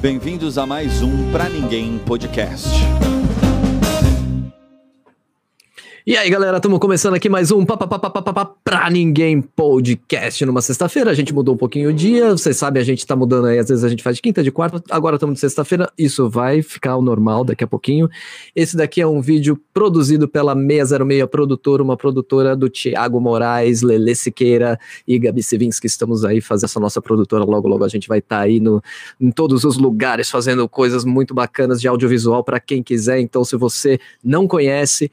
Bem-vindos a mais um Pra Ninguém Podcast. E aí, galera, estamos começando aqui mais um pa- pa- pa- pa- pa- pa- pa- Pra Ninguém Podcast numa sexta-feira. A gente mudou um pouquinho o dia, vocês sabem, a gente tá mudando aí, às vezes a gente faz de quinta, de quarta, agora estamos de sexta-feira, isso vai ficar o normal daqui a pouquinho. Esse daqui é um vídeo produzido pela 606 Produtora, uma produtora do Tiago Moraes, Lele Siqueira e Gabi Sevins, que estamos aí fazendo essa nossa produtora. Logo, logo a gente vai estar aí no, em todos os lugares fazendo coisas muito bacanas de audiovisual para quem quiser. Então, se você não conhece,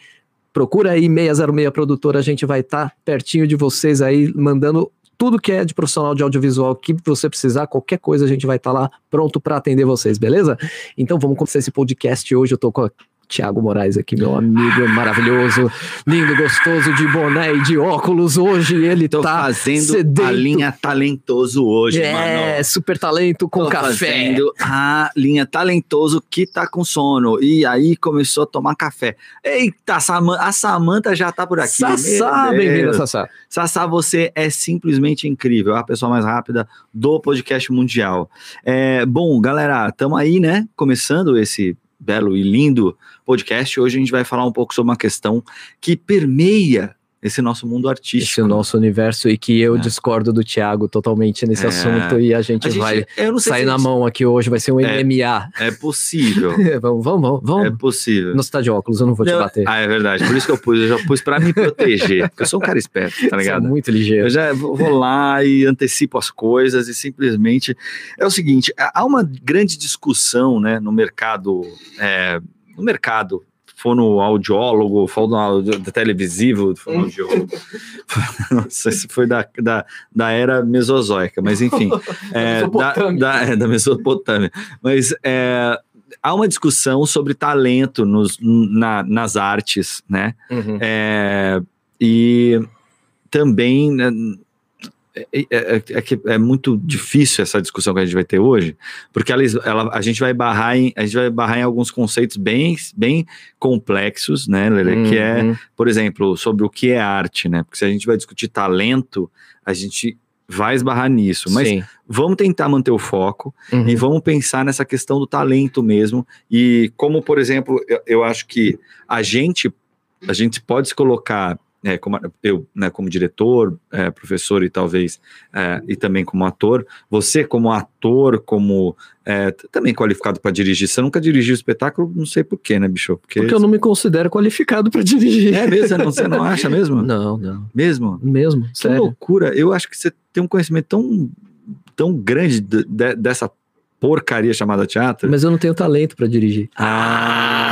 procura aí 606 Produtora, a gente vai estar pertinho de vocês aí, mandando tudo que é de profissional de audiovisual que você precisar, qualquer coisa a gente vai estar lá pronto para atender vocês, beleza? Então vamos começar esse podcast hoje, eu tô com o Tiago Moraes aqui, meu amigo maravilhoso, lindo, gostoso, de boné e de óculos. Hoje ele Tô tá fazendo a sedento. linha talentoso hoje, é, mano. super talento com Tô café. fazendo a linha talentoso que tá com sono. E aí começou a tomar café. Eita, a Saman- a Samanta já tá por aqui. Sassá, Meu bem-vinda, Deus. Sassá. Sassá, você é simplesmente incrível. É a pessoa mais rápida do podcast mundial. É, bom, galera, estamos aí, né? Começando esse belo e lindo podcast. Hoje a gente vai falar um pouco sobre uma questão que permeia esse nosso mundo Esse artístico. é o nosso universo e que eu É. discordo do Tiago totalmente nesse É. assunto e a gente, A gente- vai eu não sei sair se na mão aqui hoje, vai ser um É. MMA. É possível. vamos, vamos, vamos. É vamos. possível. Não está de óculos, eu não vou te Não, bater. Ah, é verdade. Por isso que eu pus, eu já pus pra me proteger. Porque eu sou um cara esperto, tá Você é ligado? muito Eu ligeiro. já vou vou lá e antecipo as coisas e simplesmente. É o seguinte: há há uma grande discussão né, no mercado. é, no mercado, fonoaudiólogo, fonoaudio- televisivo, fonoaudiólogo. Nossa, isso foi da, da, da era mesozoica, mas enfim. é, da, Mesopotâmia. da, é, da Mesopotâmia. Mas é, há uma discussão sobre talento nos, na- nas artes, né? Uhum. É, e também né, é, é- é que é muito difícil essa discussão que a gente vai ter hoje, porque ela, ela- a gente vai barrar em a gente vai barrar em alguns conceitos bem, bem complexos, né, Lele? Que é, Uhum. por exemplo, sobre o que é arte, né? Porque se a gente vai discutir talento, a gente vai esbarrar nisso. Mas Sim. vamos tentar manter o foco Uhum. e vamos pensar nessa questão do talento mesmo. E como, por exemplo, eu, eu acho que a gente, a gente pode se colocar, né, como, eu, né, como diretor, eh, professor e talvez, eh, e também como ator, você como ator, como eh, t- também qualificado para dirigir, você nunca dirigiu espetáculo, não sei porquê, né, bicho? Porque, Porque eu não me considero qualificado para dirigir. É mesmo, você não, você não acha mesmo? Não, não. Mesmo? Mesmo, Que sério. loucura! Eu acho que você tem um conhecimento tão, tão grande de- de- dessa porcaria chamada teatro. Mas eu não tenho talento para dirigir. Ah!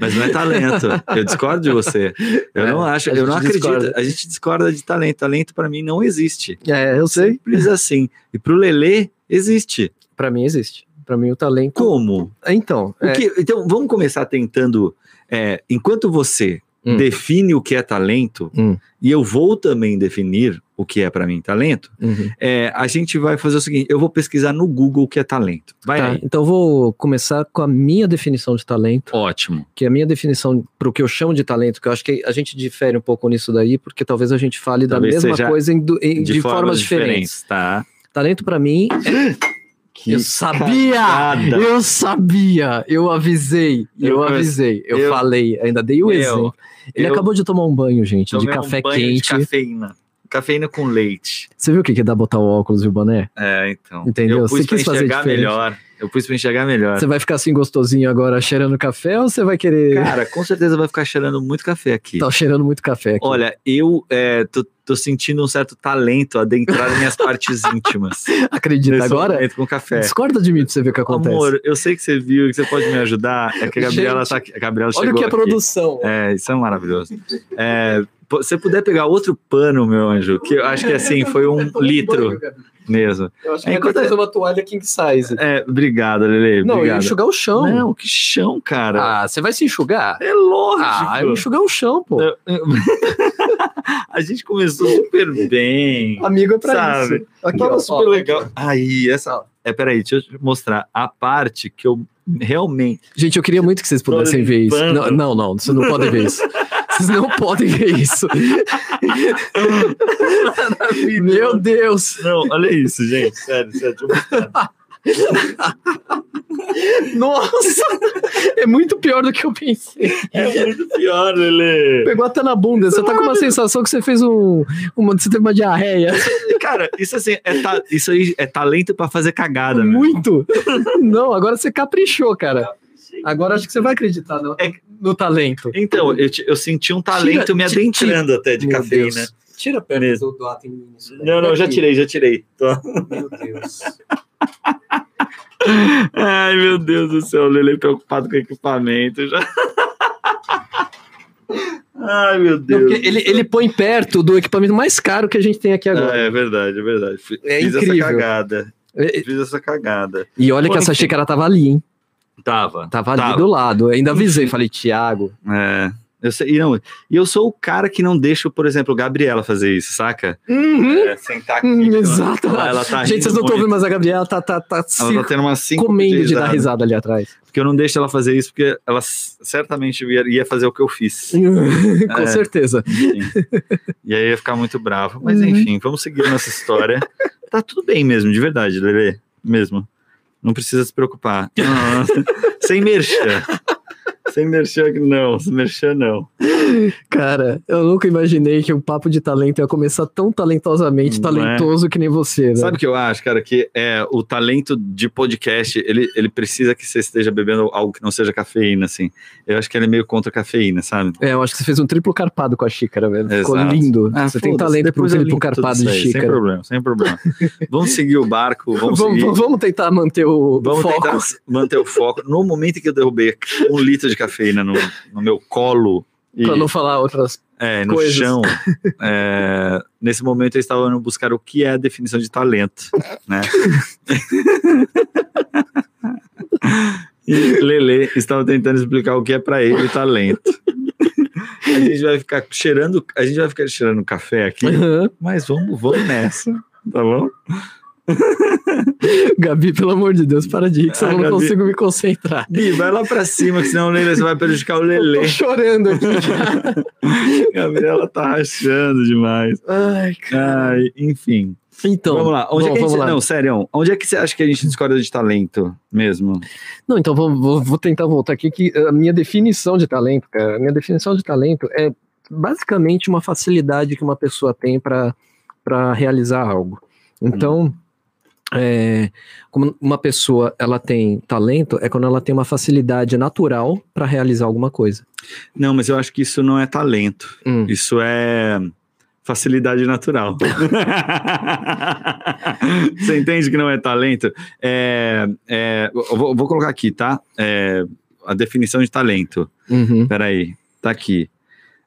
mas não é talento. Eu discordo de você. Eu É, não acho, a eu não gente acredito. discorda. A gente discorda de talento. Talento pra mim não existe. É, eu sei. Simples assim. E pro Lelê existe. Para mim existe. Para mim o talento. Como? Então, O é, que- então vamos começar tentando. é, enquanto você Hum. define o que é talento Hum. e eu vou também definir o que é pra mim talento, Uhum. é, a gente vai fazer o seguinte: eu vou pesquisar no Google o que é talento. Vai Tá, aí. então eu vou começar com a minha definição de talento. Ótimo. que é a minha definição para o que eu chamo de talento, que eu acho que a gente difere um pouco nisso daí, porque talvez a gente fale Talvez da mesma seja coisa em du- em- de, formas, diferentes. tá? Talento para mim é. eu sabia! cagada! Eu sabia! Eu avisei! Eu, Eu- avisei! Eu, eu- falei, ainda dei o eu- exemplo. Ele eu- acabou de tomar um banho, gente, de Tomei um café banho quente. De cafeína. Cafeína com leite. Você viu o que, que dá botar o óculos e o boné? É, então. Entendeu? Eu Você pus pra quis fazer enxergar diferente. melhor. Eu pus pra enxergar melhor. Você vai ficar assim gostosinho agora cheirando café ou você vai querer. Cara, com certeza vai ficar cheirando muito café aqui. Tá cheirando muito café aqui. Olha, eu é, tô, tô sentindo um certo talento adentrar minhas partes íntimas. Acredita Nesse agora? é momento com café. Discorda de mim pra você ver o que acontece. Amor, eu sei que você viu, que você pode me ajudar. É que a Gabriela Gente, tá aqui. A Gabriela Olha o chegou que é aqui. produção. É, isso é maravilhoso. É, pô, se você puder pegar outro pano, meu anjo, que eu acho que assim, foi um litro mesmo. Eu acho que vai ter que fazer uma toalha king size. É, obrigado, Lele. Não, eu ia obrigado. enxugar o chão. Não, que chão, cara. Ah, você vai se enxugar? é lógico. Ah, eu enxugar o chão, pô. Eu- a gente começou super bem. Amigo é pra Sabe? isso. um Aqui, ó, Tava ó. super legal. Aí, essa. É, peraí, deixa eu te mostrar a parte que eu realmente. Gente, eu queria muito que vocês pudessem ver isso. Não, limpando. não, não, vocês não podem ver isso. Vocês não podem ver isso. Meu Deus. Não, olha isso, gente. Sério, sério, deixa eu mostrar. Nossa! é muito pior do que eu pensei. É muito pior, Lele. Pegou até na bunda. Você tá com uma sensação que você fez um. Uma, você teve uma diarreia. Cara, isso assim, é ta- isso aí é talento pra fazer cagada, né? meu. Muito! Não, agora você caprichou, cara. Agora acho que você vai acreditar no, É- no talento. Então, eu, te- eu senti um talento Tira- me tira- adentrando até de Meu cafeína. Deus. Tira a perna Beleza. do, do ato em mim. isso daí. Não, não, já Aqui. tirei, já tirei. Tô- Meu Deus. Ai, meu Deus do céu, o Lele tá preocupado com equipamento já. Ai, meu Não, Deus. porque ele, ele põe perto do equipamento mais caro que a gente tem aqui Ah, agora. é verdade, é verdade. Fiz É essa incrível. cagada. E- Fiz essa cagada. E olha Pô, que essa enfim. xícara tava ali, hein? Tava. Tava Uhum. ali Tava. do lado. Eu ainda avisei, falei, Tiago. É. Eu sei, e, não, e eu sou o cara que não deixa, por exemplo, Gabriela fazer isso, saca? Uhum. É, sentar aqui. Hum, ela- exato. Ela, ela tá gente, rindo vocês não estão muito. ouvindo, mas a Gabriela tá, tá, tá se Ela tá tendo uma cinco comendo de dar risada ali atrás. Porque eu não deixo ela fazer isso, porque ela s- certamente ia, ia fazer o que eu fiz. Com É. certeza. Enfim. e aí eu ia ficar muito bravo. Mas Uhum. enfim, vamos seguir nossa história. Tá tudo bem mesmo, de verdade, Lele. Mesmo. Não precisa se preocupar. Não, não. Sem merchan. Sem merchan, não. Sem merchan, não. Cara, eu nunca imaginei que um papo de talento ia começar tão talentosamente, Não é? talentoso que nem você, né? Sabe o que eu acho, cara? Que é, o talento de podcast, ele, ele precisa que você esteja bebendo algo que não seja cafeína, assim. Eu acho que ele é meio contra a cafeína, sabe? É, eu acho que você fez um triplo carpado com a xícara, velho. Ficou Exato. lindo. Ah, você tem foda-se, talento pro depois eu triplo limpo tudo carpado isso de aí, Sem xícara. problema, sem problema. Vamos seguir o barco, vamos, Vamos, seguir. vamos- vamos tentar manter o Vamos foco. tentar manter o foco. No momento em que eu derrubei um litro de cafeína no, no meu colo e Pra não falar outras. é, no coisas. chão, é, nesse momento eu estava indo buscar o que é a definição de talento, né? e Lele estava tentando explicar o que é para ele talento. A gente vai ficar cheirando, a gente vai ficar cheirando café aqui, Aham. mas vamos, vamos nessa, tá bom? Gabi, pelo amor de Deus, para de rir, que Ah, senão eu não Gabi. consigo me concentrar. Bi, vai lá pra cima, que senão o Lele, você vai prejudicar o Lele. Tô chorando aqui. Gabriela tá rachando demais. Ai, Ai, enfim. Então, vamos lá. Onde é que a vamos gente... lá. Não, sério, onde é que você acha que a gente discorda de talento mesmo? Não, então vamos- vou, vou tentar voltar aqui que a minha definição de talento, cara, a minha definição de talento é basicamente uma facilidade que uma pessoa tem para realizar algo. Então, é, como uma pessoa ela tem talento é quando ela tem uma facilidade natural para realizar alguma coisa. Não, mas eu acho que isso não é talento. Hum. Isso é facilidade natural. você entende que não é talento? É, é, eu vou, vou colocar aqui, tá? É, a definição de talento. Uhum. Peraí, tá aqui.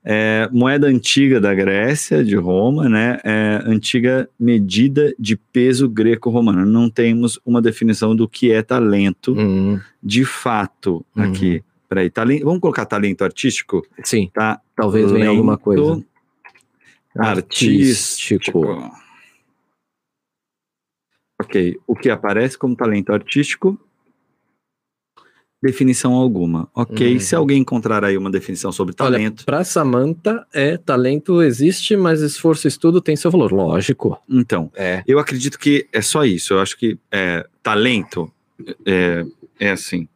É, moeda antiga da Grécia, de Roma, né? É, antiga medida de peso greco-romano. Não temos uma definição do que é talento Hum, de fato Uhum. aqui. Peraí, talento, vamos colocar talento artístico? Sim, Tá? talvez venha alguma coisa. Talento Artístico. Ok, o que aparece como talento artístico? Definição alguma. Ok, Uhum. se alguém encontrar aí uma definição sobre Olha, talento. Para Samantha, é talento existe, mas esforço e estudo tem seu valor, lógico. Então, É. eu acredito que é só isso. Eu acho que é, talento é, é assim.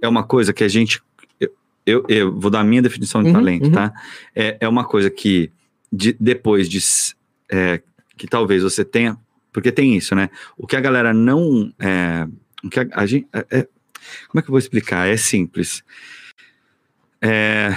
É uma coisa que a gente. Eu, eu, eu vou dar a minha definição de Uhum, talento, uhum. tá? É, é uma coisa que de- depois de. s- é, que talvez você tenha. Porque tem isso, né? O que a galera não. é, o que a, a gente. é- é- como é que eu vou explicar? É simples. É,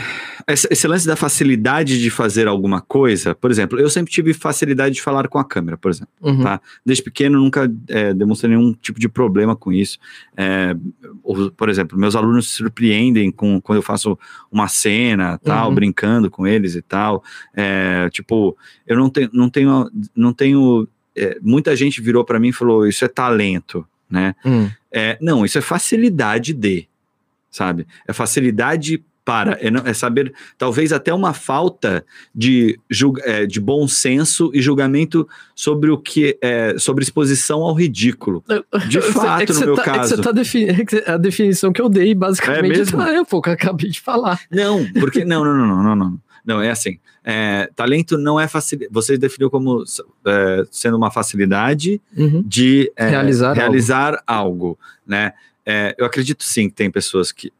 esse, esse lance da facilidade de fazer alguma coisa, por exemplo, eu sempre tive facilidade de falar com a câmera, por exemplo Uhum. Tá. desde pequeno nunca é, demonstrei nenhum tipo de problema com isso. É, ou, por exemplo, meus alunos se surpreendem com quando eu faço uma cena, tal, Uhum. brincando com eles e tal. É, tipo, eu não tenho, não tenho, não tenho. é, muita gente virou para mim e falou: isso é talento, né? Hum. É, não, isso é facilidade de, sabe? É facilidade para, é, não- é saber, talvez até uma falta de, julga- é, de bom senso e julgamento sobre o que é, sobre exposição ao ridículo. De Cê- fato, é que no cê meu tá, É que caso. você tá defini- é que cê- a definição que eu dei, basicamente, É mesmo? ah, eu pouco acabei de falar. Não, porque não, não, não, não, não, não. Não, é assim. é, talento não é facilidade. Você definiu como é, sendo uma facilidade Uhum. de é, Realizar realizar algo, né? É, eu acredito sim que tem pessoas que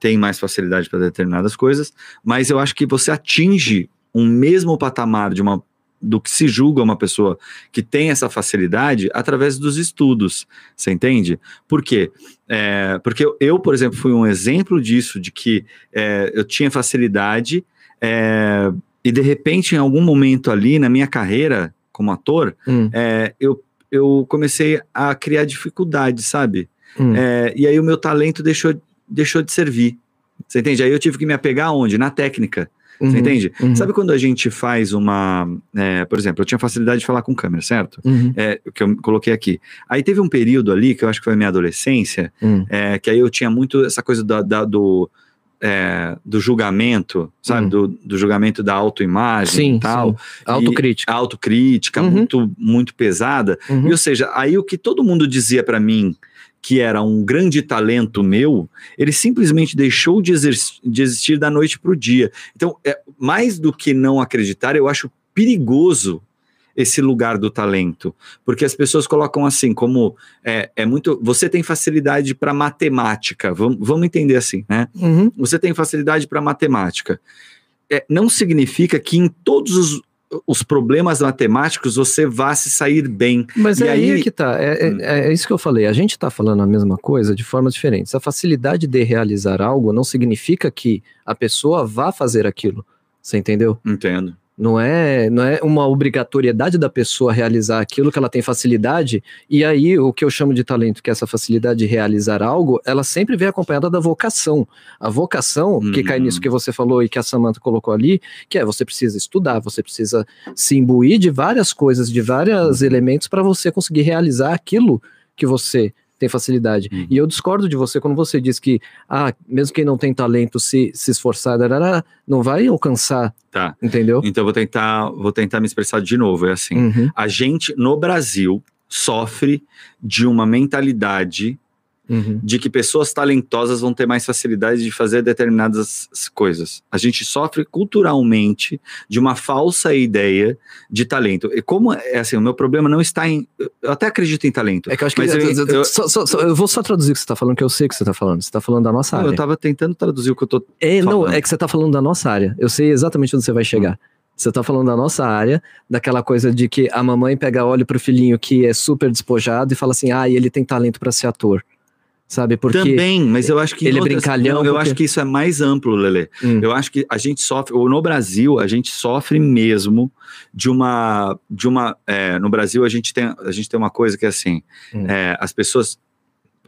têm mais facilidade para determinadas coisas, mas eu acho que você atinge um mesmo patamar de uma do que se julga uma pessoa que tem essa facilidade através dos estudos, você entende? Por quê? É, porque eu- eu, por exemplo, fui um exemplo disso, de que é, eu tinha facilidade é, e de repente, em algum momento ali na minha carreira como ator, Hum, é, eu, eu comecei a criar dificuldade, sabe? hum. É, e aí o meu talento deixou, deixou de servir. Você entende? Aí eu tive que me apegar aonde? Na técnica. Uhum, Você entende? uhum, Sabe quando a gente faz uma. é, por exemplo, eu tinha facilidade de falar com câmera, certo? uhum, É, o que eu coloquei aqui. Aí teve um período ali, que eu acho que foi a minha adolescência, uhum. é, que aí eu tinha muito essa coisa da- da- do, é, do julgamento, sabe? Hum. Do, do julgamento da autoimagem Sim, e tal. sim. Autocrítica. A autocrítica Uhum. muito, muito pesada. Uhum. E, ou seja, aí o que todo mundo dizia pra mim que era um grande talento meu, ele simplesmente deixou de, exer- de existir da noite pro dia. Então, é, mais do que não acreditar, eu acho perigoso esse lugar do talento, porque as pessoas colocam assim, como é, é muito, você tem facilidade para matemática, vamos, vamos entender assim, né? Uhum, você tem facilidade para matemática. É, não significa que em todos os, os problemas matemáticos você vá se sair bem. Mas E é aí, aí- é que tá. É, é- Hum. é isso que eu falei. A gente tá falando a mesma coisa de formas diferentes. A facilidade de realizar algo não significa que a pessoa vá fazer aquilo. Você entendeu? Entendo. Não é, não é uma obrigatoriedade da pessoa realizar aquilo que ela tem facilidade. E aí, o que eu chamo de talento, que é essa facilidade de realizar algo, ela sempre vem acompanhada da vocação. A vocação, que cai Uhum. nisso que você falou e que a Samantha colocou ali, que é você precisa estudar, você precisa se imbuir de várias coisas, de vários Uhum. elementos para você conseguir realizar aquilo que você tem facilidade. Uhum. E eu discordo de você quando você diz que, ah, mesmo quem não tem talento, se, se esforçar, darará, não vai alcançar, Tá. entendeu? Então vou tentar, vou tentar me expressar de novo. É assim. Uhum. A gente no Brasil sofre de uma mentalidade Uhum. de que pessoas talentosas vão ter mais facilidade de fazer determinadas coisas. A gente sofre culturalmente de uma falsa ideia de talento. E como é assim, o meu problema não está em, eu até acredito em talento. É que eu acho que. Mas eu, eu- eu- só- só- só- eu vou só traduzir o que você tá falando, que eu sei o que você tá falando. Você tá falando da nossa Não, área. eu tava tentando traduzir o que eu tô. É, não, falando. Hum. é que você tá falando da nossa área. Eu sei exatamente onde você vai chegar. Você tá falando da nossa área, daquela coisa de que a mamãe pega óleo pro filhinho que é super despojado e fala assim: ah, ele tem talento pra ser ator. Sabe? Porque. Também, mas eu acho que. em ele é brincalhão, Não, eu porque- acho que isso é mais amplo, Lele. Hum. Eu acho que a gente sofre, ou no Brasil, a gente sofre mesmo de uma. De uma é, no Brasil, a gente, tem, a gente tem uma coisa que é assim: Hum. é, as pessoas.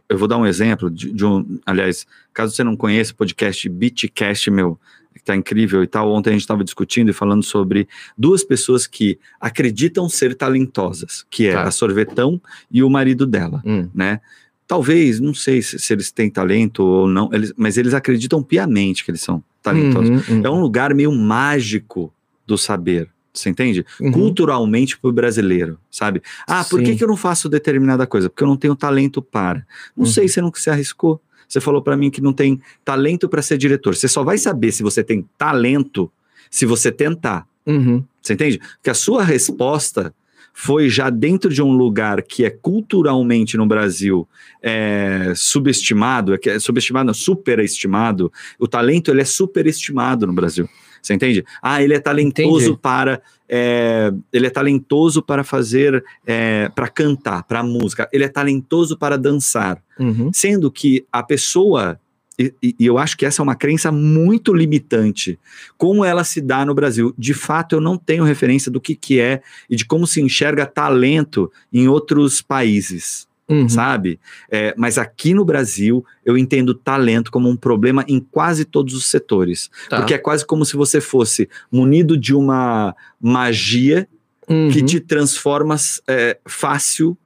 Eu vou dar um exemplo de, de um. Aliás, caso você não conheça o podcast Beatcast, meu, que tá incrível e tal. Ontem a gente estava discutindo e falando sobre duas pessoas que acreditam ser talentosas, que é Tá. a Sorvetão e o marido dela Hum, né? Talvez, não sei se, se eles têm talento ou não, eles- mas eles acreditam piamente que eles são talentosos. uhum, É um lugar meio mágico do saber, você entende? uhum, Culturalmente pro brasileiro, sabe? Ah, por que, Sim. que eu não faço determinada coisa? Porque eu não tenho talento para. Não Uhum. sei, você nunca se arriscou. Você falou para mim que não tem talento para ser diretor. Você só vai saber se você tem talento se você tentar. uhum. Você entende? Que a sua resposta foi já dentro de um lugar que é culturalmente no Brasil é, subestimado, é que é subestimado, não, superestimado. O talento ele é superestimado no Brasil. Você entende? Ah, ele é talentoso Entendi. para é, ele é talentoso para fazer é, para cantar, para música. Ele é talentoso para dançar uhum. sendo que a pessoa e, e- e eu acho que essa é uma crença muito limitante. Como ela se dá no Brasil? De fato, eu não tenho referência do que, que é e de como se enxerga talento em outros países, uhum. sabe? É, mas aqui no Brasil, eu entendo talento como um problema em quase todos os setores. Tá. Porque é quase como se você fosse munido de uma magia Uhum. que te transforma é, fácil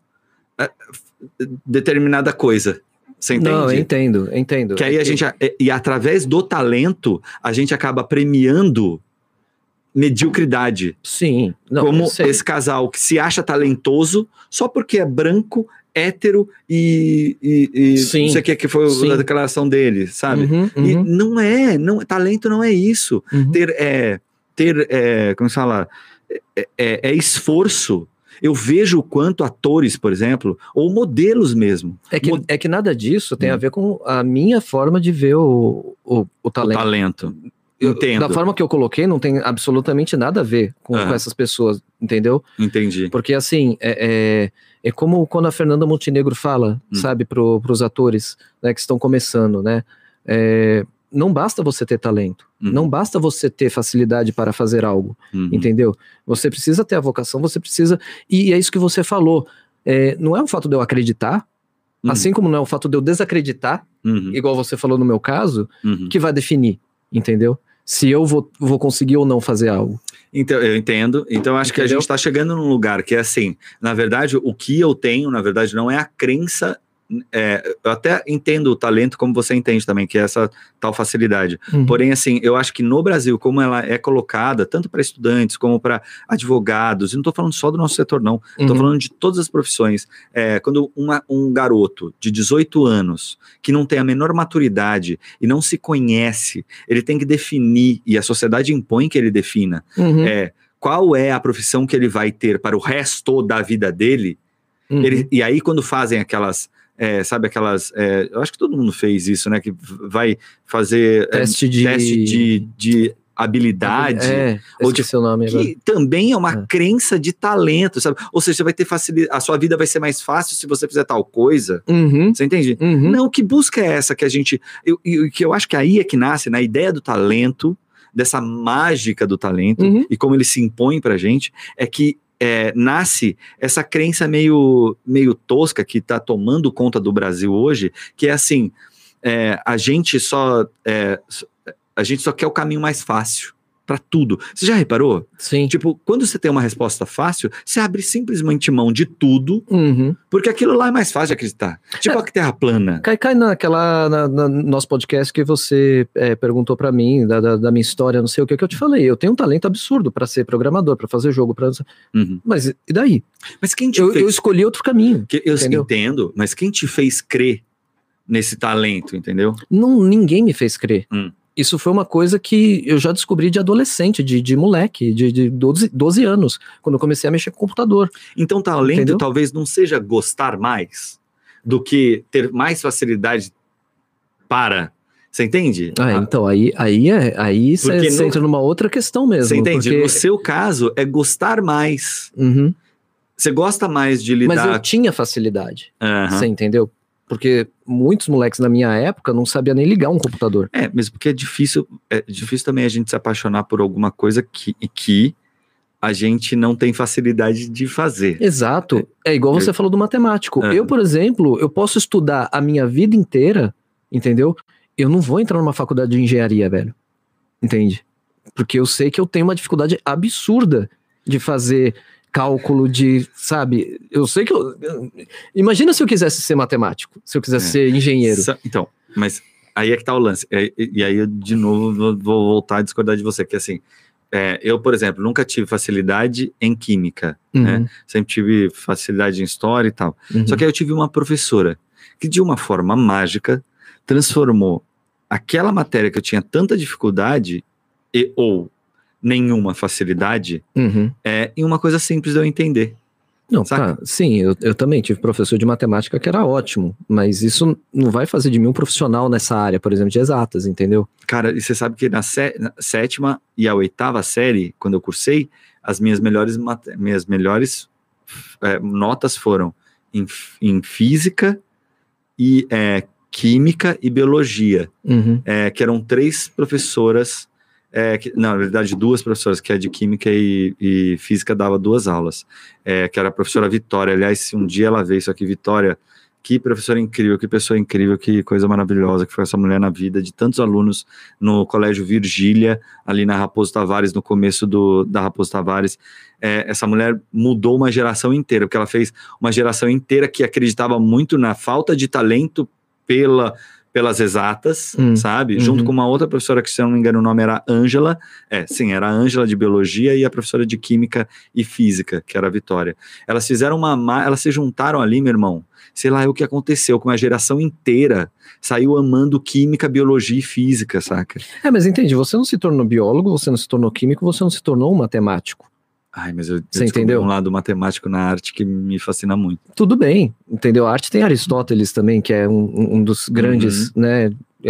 é, determinada coisa. Você entende? Não, eu entendo, eu entendo. que aí É a gente. E, e através do talento, a gente acaba premiando mediocridade. Sim. Não, como eu sei. esse casal que se acha talentoso só porque é branco, hétero e. e, e Sim. Não sei o que, que foi Sim. a declaração dele, sabe? Uhum, E uhum, não é, não, talento não é isso uhum. ter é, ter, é, como se fala, é, é- é esforço. Eu vejo o quanto atores, por exemplo, ou modelos mesmo, É que, Mo- é que nada disso tem Hum. a ver com a minha forma de ver o, o, o o talento. talento. Eu- Entendo, Da forma que eu coloquei, não tem absolutamente nada a ver com, Aham. com essas pessoas, entendeu? entendi. Porque, assim, é, é, é como quando a Fernanda Montenegro fala, Hum. sabe, pro, pros atores né, que estão começando, né? É, não basta você ter talento, Uhum. não basta você ter facilidade para fazer algo. Uhum. entendeu? Você precisa ter a vocação, você precisa. E é isso que você falou. É, não é o fato de eu acreditar, Uhum. assim como não é o fato de eu desacreditar, Uhum. igual você falou no meu caso, Uhum. que vai definir, entendeu? Se eu vou, vou conseguir ou não fazer algo. Então, eu entendo. Então, acho que a Entendeu? gente está chegando num lugar que é assim, na verdade, o que eu tenho, na verdade, não é a crença. é, eu até entendo o talento como você entende também, que é essa tal facilidade. Uhum. Porém, assim, eu acho que no Brasil, como ela é colocada, tanto para estudantes como para advogados, e não estou falando só do nosso setor, não, estou Uhum. falando de todas as profissões. É, quando uma- um garoto de 18 anos, que não tem a menor maturidade e não se conhece, ele tem que definir, e a sociedade impõe que ele defina, Uhum. é, qual é a profissão que ele vai ter para o resto da vida dele, Uhum. ele- e aí, quando fazem aquelas. é, sabe aquelas. é, eu acho que todo mundo fez isso, né? Que v- vai fazer é, Teste de- teste de, de habilidade. É, eu ou de- esqueci o nome agora. Que também é uma É. crença de talento, sabe? Ou seja, você vai ter facilidade. A sua vida vai ser mais fácil se você fizer tal coisa. Uhum. Você entende? Uhum. Não, que busca é essa que a gente. eu- E o que eu acho que aí é que nasce, na ideia do talento, dessa mágica do talento, Uhum. e como ele se impõe pra gente, é que é, nasce essa crença meio, meio tosca que tá tomando conta do Brasil hoje, que é assim: é, a gente só. é, s- a gente só quer o caminho mais fácil pra tudo. Você já reparou? Sim. Tipo, quando você tem uma resposta fácil, você abre simplesmente mão de tudo, Uhum. porque aquilo lá é mais fácil de acreditar. Tipo a terra plana. Cai, cai naquela, na, na- no nosso podcast que você é, perguntou pra mim, da, da, da minha história, não sei o que, que eu te falei. Eu tenho um talento absurdo pra ser programador, pra fazer jogo, para Uhum. Mas e daí? Mas quem te Eu, fez? eu escolhi outro caminho. que- eu entendeu? entendo, mas quem te fez crer nesse talento, entendeu? Não, ninguém me fez crer. Hum. Isso foi uma coisa que eu já descobri de adolescente, de, de moleque, de, de 12, 12 anos, quando eu comecei a mexer com computador. Então, talento Entendeu? talvez não seja gostar mais do que ter mais facilidade para. Você entende? Ah, Ah, então, aí aí é- aí Porque você não- entra numa outra questão mesmo. você entende? porque- No seu caso, é gostar mais. Uhum. Você gosta mais de Mas eu lidar. tinha facilidade, Aham. você entendeu? Porque muitos moleques na minha época não sabiam nem ligar um computador. É, mas porque é difícil, é difícil também a gente se apaixonar por alguma coisa que, que a gente não tem facilidade de fazer. Exato. É igual você falou do matemático. Aham. Eu, por exemplo, eu posso estudar a minha vida inteira, entendeu? Eu não vou entrar numa faculdade de engenharia, velho. Entende? Porque eu sei que eu tenho uma dificuldade absurda de fazer cálculo, de, sabe? Eu sei que eu. Imagina se eu quisesse ser matemático, se eu quisesse É. ser engenheiro. Sa- Então, mas aí é que tá o lance. É, e e aí eu, de novo, vou, vou voltar a discordar de você, que assim, é, eu, por exemplo, nunca tive facilidade em química, né? Sempre tive facilidade em história e tal. Uhum, uhum. Só que aí eu tive uma professora que, de uma forma mágica, transformou aquela matéria que eu tinha tanta dificuldade e ou nenhuma facilidade Uhum. é, em uma coisa simples de eu entender. Não, Saca? tá. Sim, eu, eu também tive professor de matemática que era ótimo, mas isso não vai fazer de mim um profissional nessa área, por exemplo, de exatas, entendeu? Cara, e você sabe que na, sé- na sétima e a oitava série, quando eu cursei, as minhas melhores, mate- minhas melhores eh, notas foram em, f- em física e eh, química e biologia, Uhum. eh, que eram três professoras, eh, que- não, na verdade duas professoras, que é de química e, e física dava duas aulas, eh, que era a professora Vitória, aliás, se um dia ela vê isso aqui, Vitória, que professora incrível, que pessoa incrível, que coisa maravilhosa que foi essa mulher na vida de tantos alunos no Colégio Virgília, ali na Raposo Tavares, no começo do, da Raposo Tavares. É, essa mulher mudou uma geração inteira, porque ela fez uma geração inteira que acreditava muito na falta de talento pela, pelas exatas, Hum, sabe? uhum. Junto com uma outra professora que, se eu não me engano, o nome era Ângela. É, sim, era a Ângela de Biologia e a professora de Química e Física, que era a Vitória. Elas fizeram uma. ma- Elas se juntaram ali, meu irmão. Sei lá, é o que aconteceu, com uma geração inteira saiu amando química, biologia e física, saca? É, mas entendi, você não se tornou biólogo, você não se tornou químico, você não se tornou um matemático. Ai, mas eu, eu Você descobri entendeu? um lado matemático na arte que me fascina muito. Tudo bem, entendeu? A arte tem Aristóteles também, que é um, um dos grandes, né, é,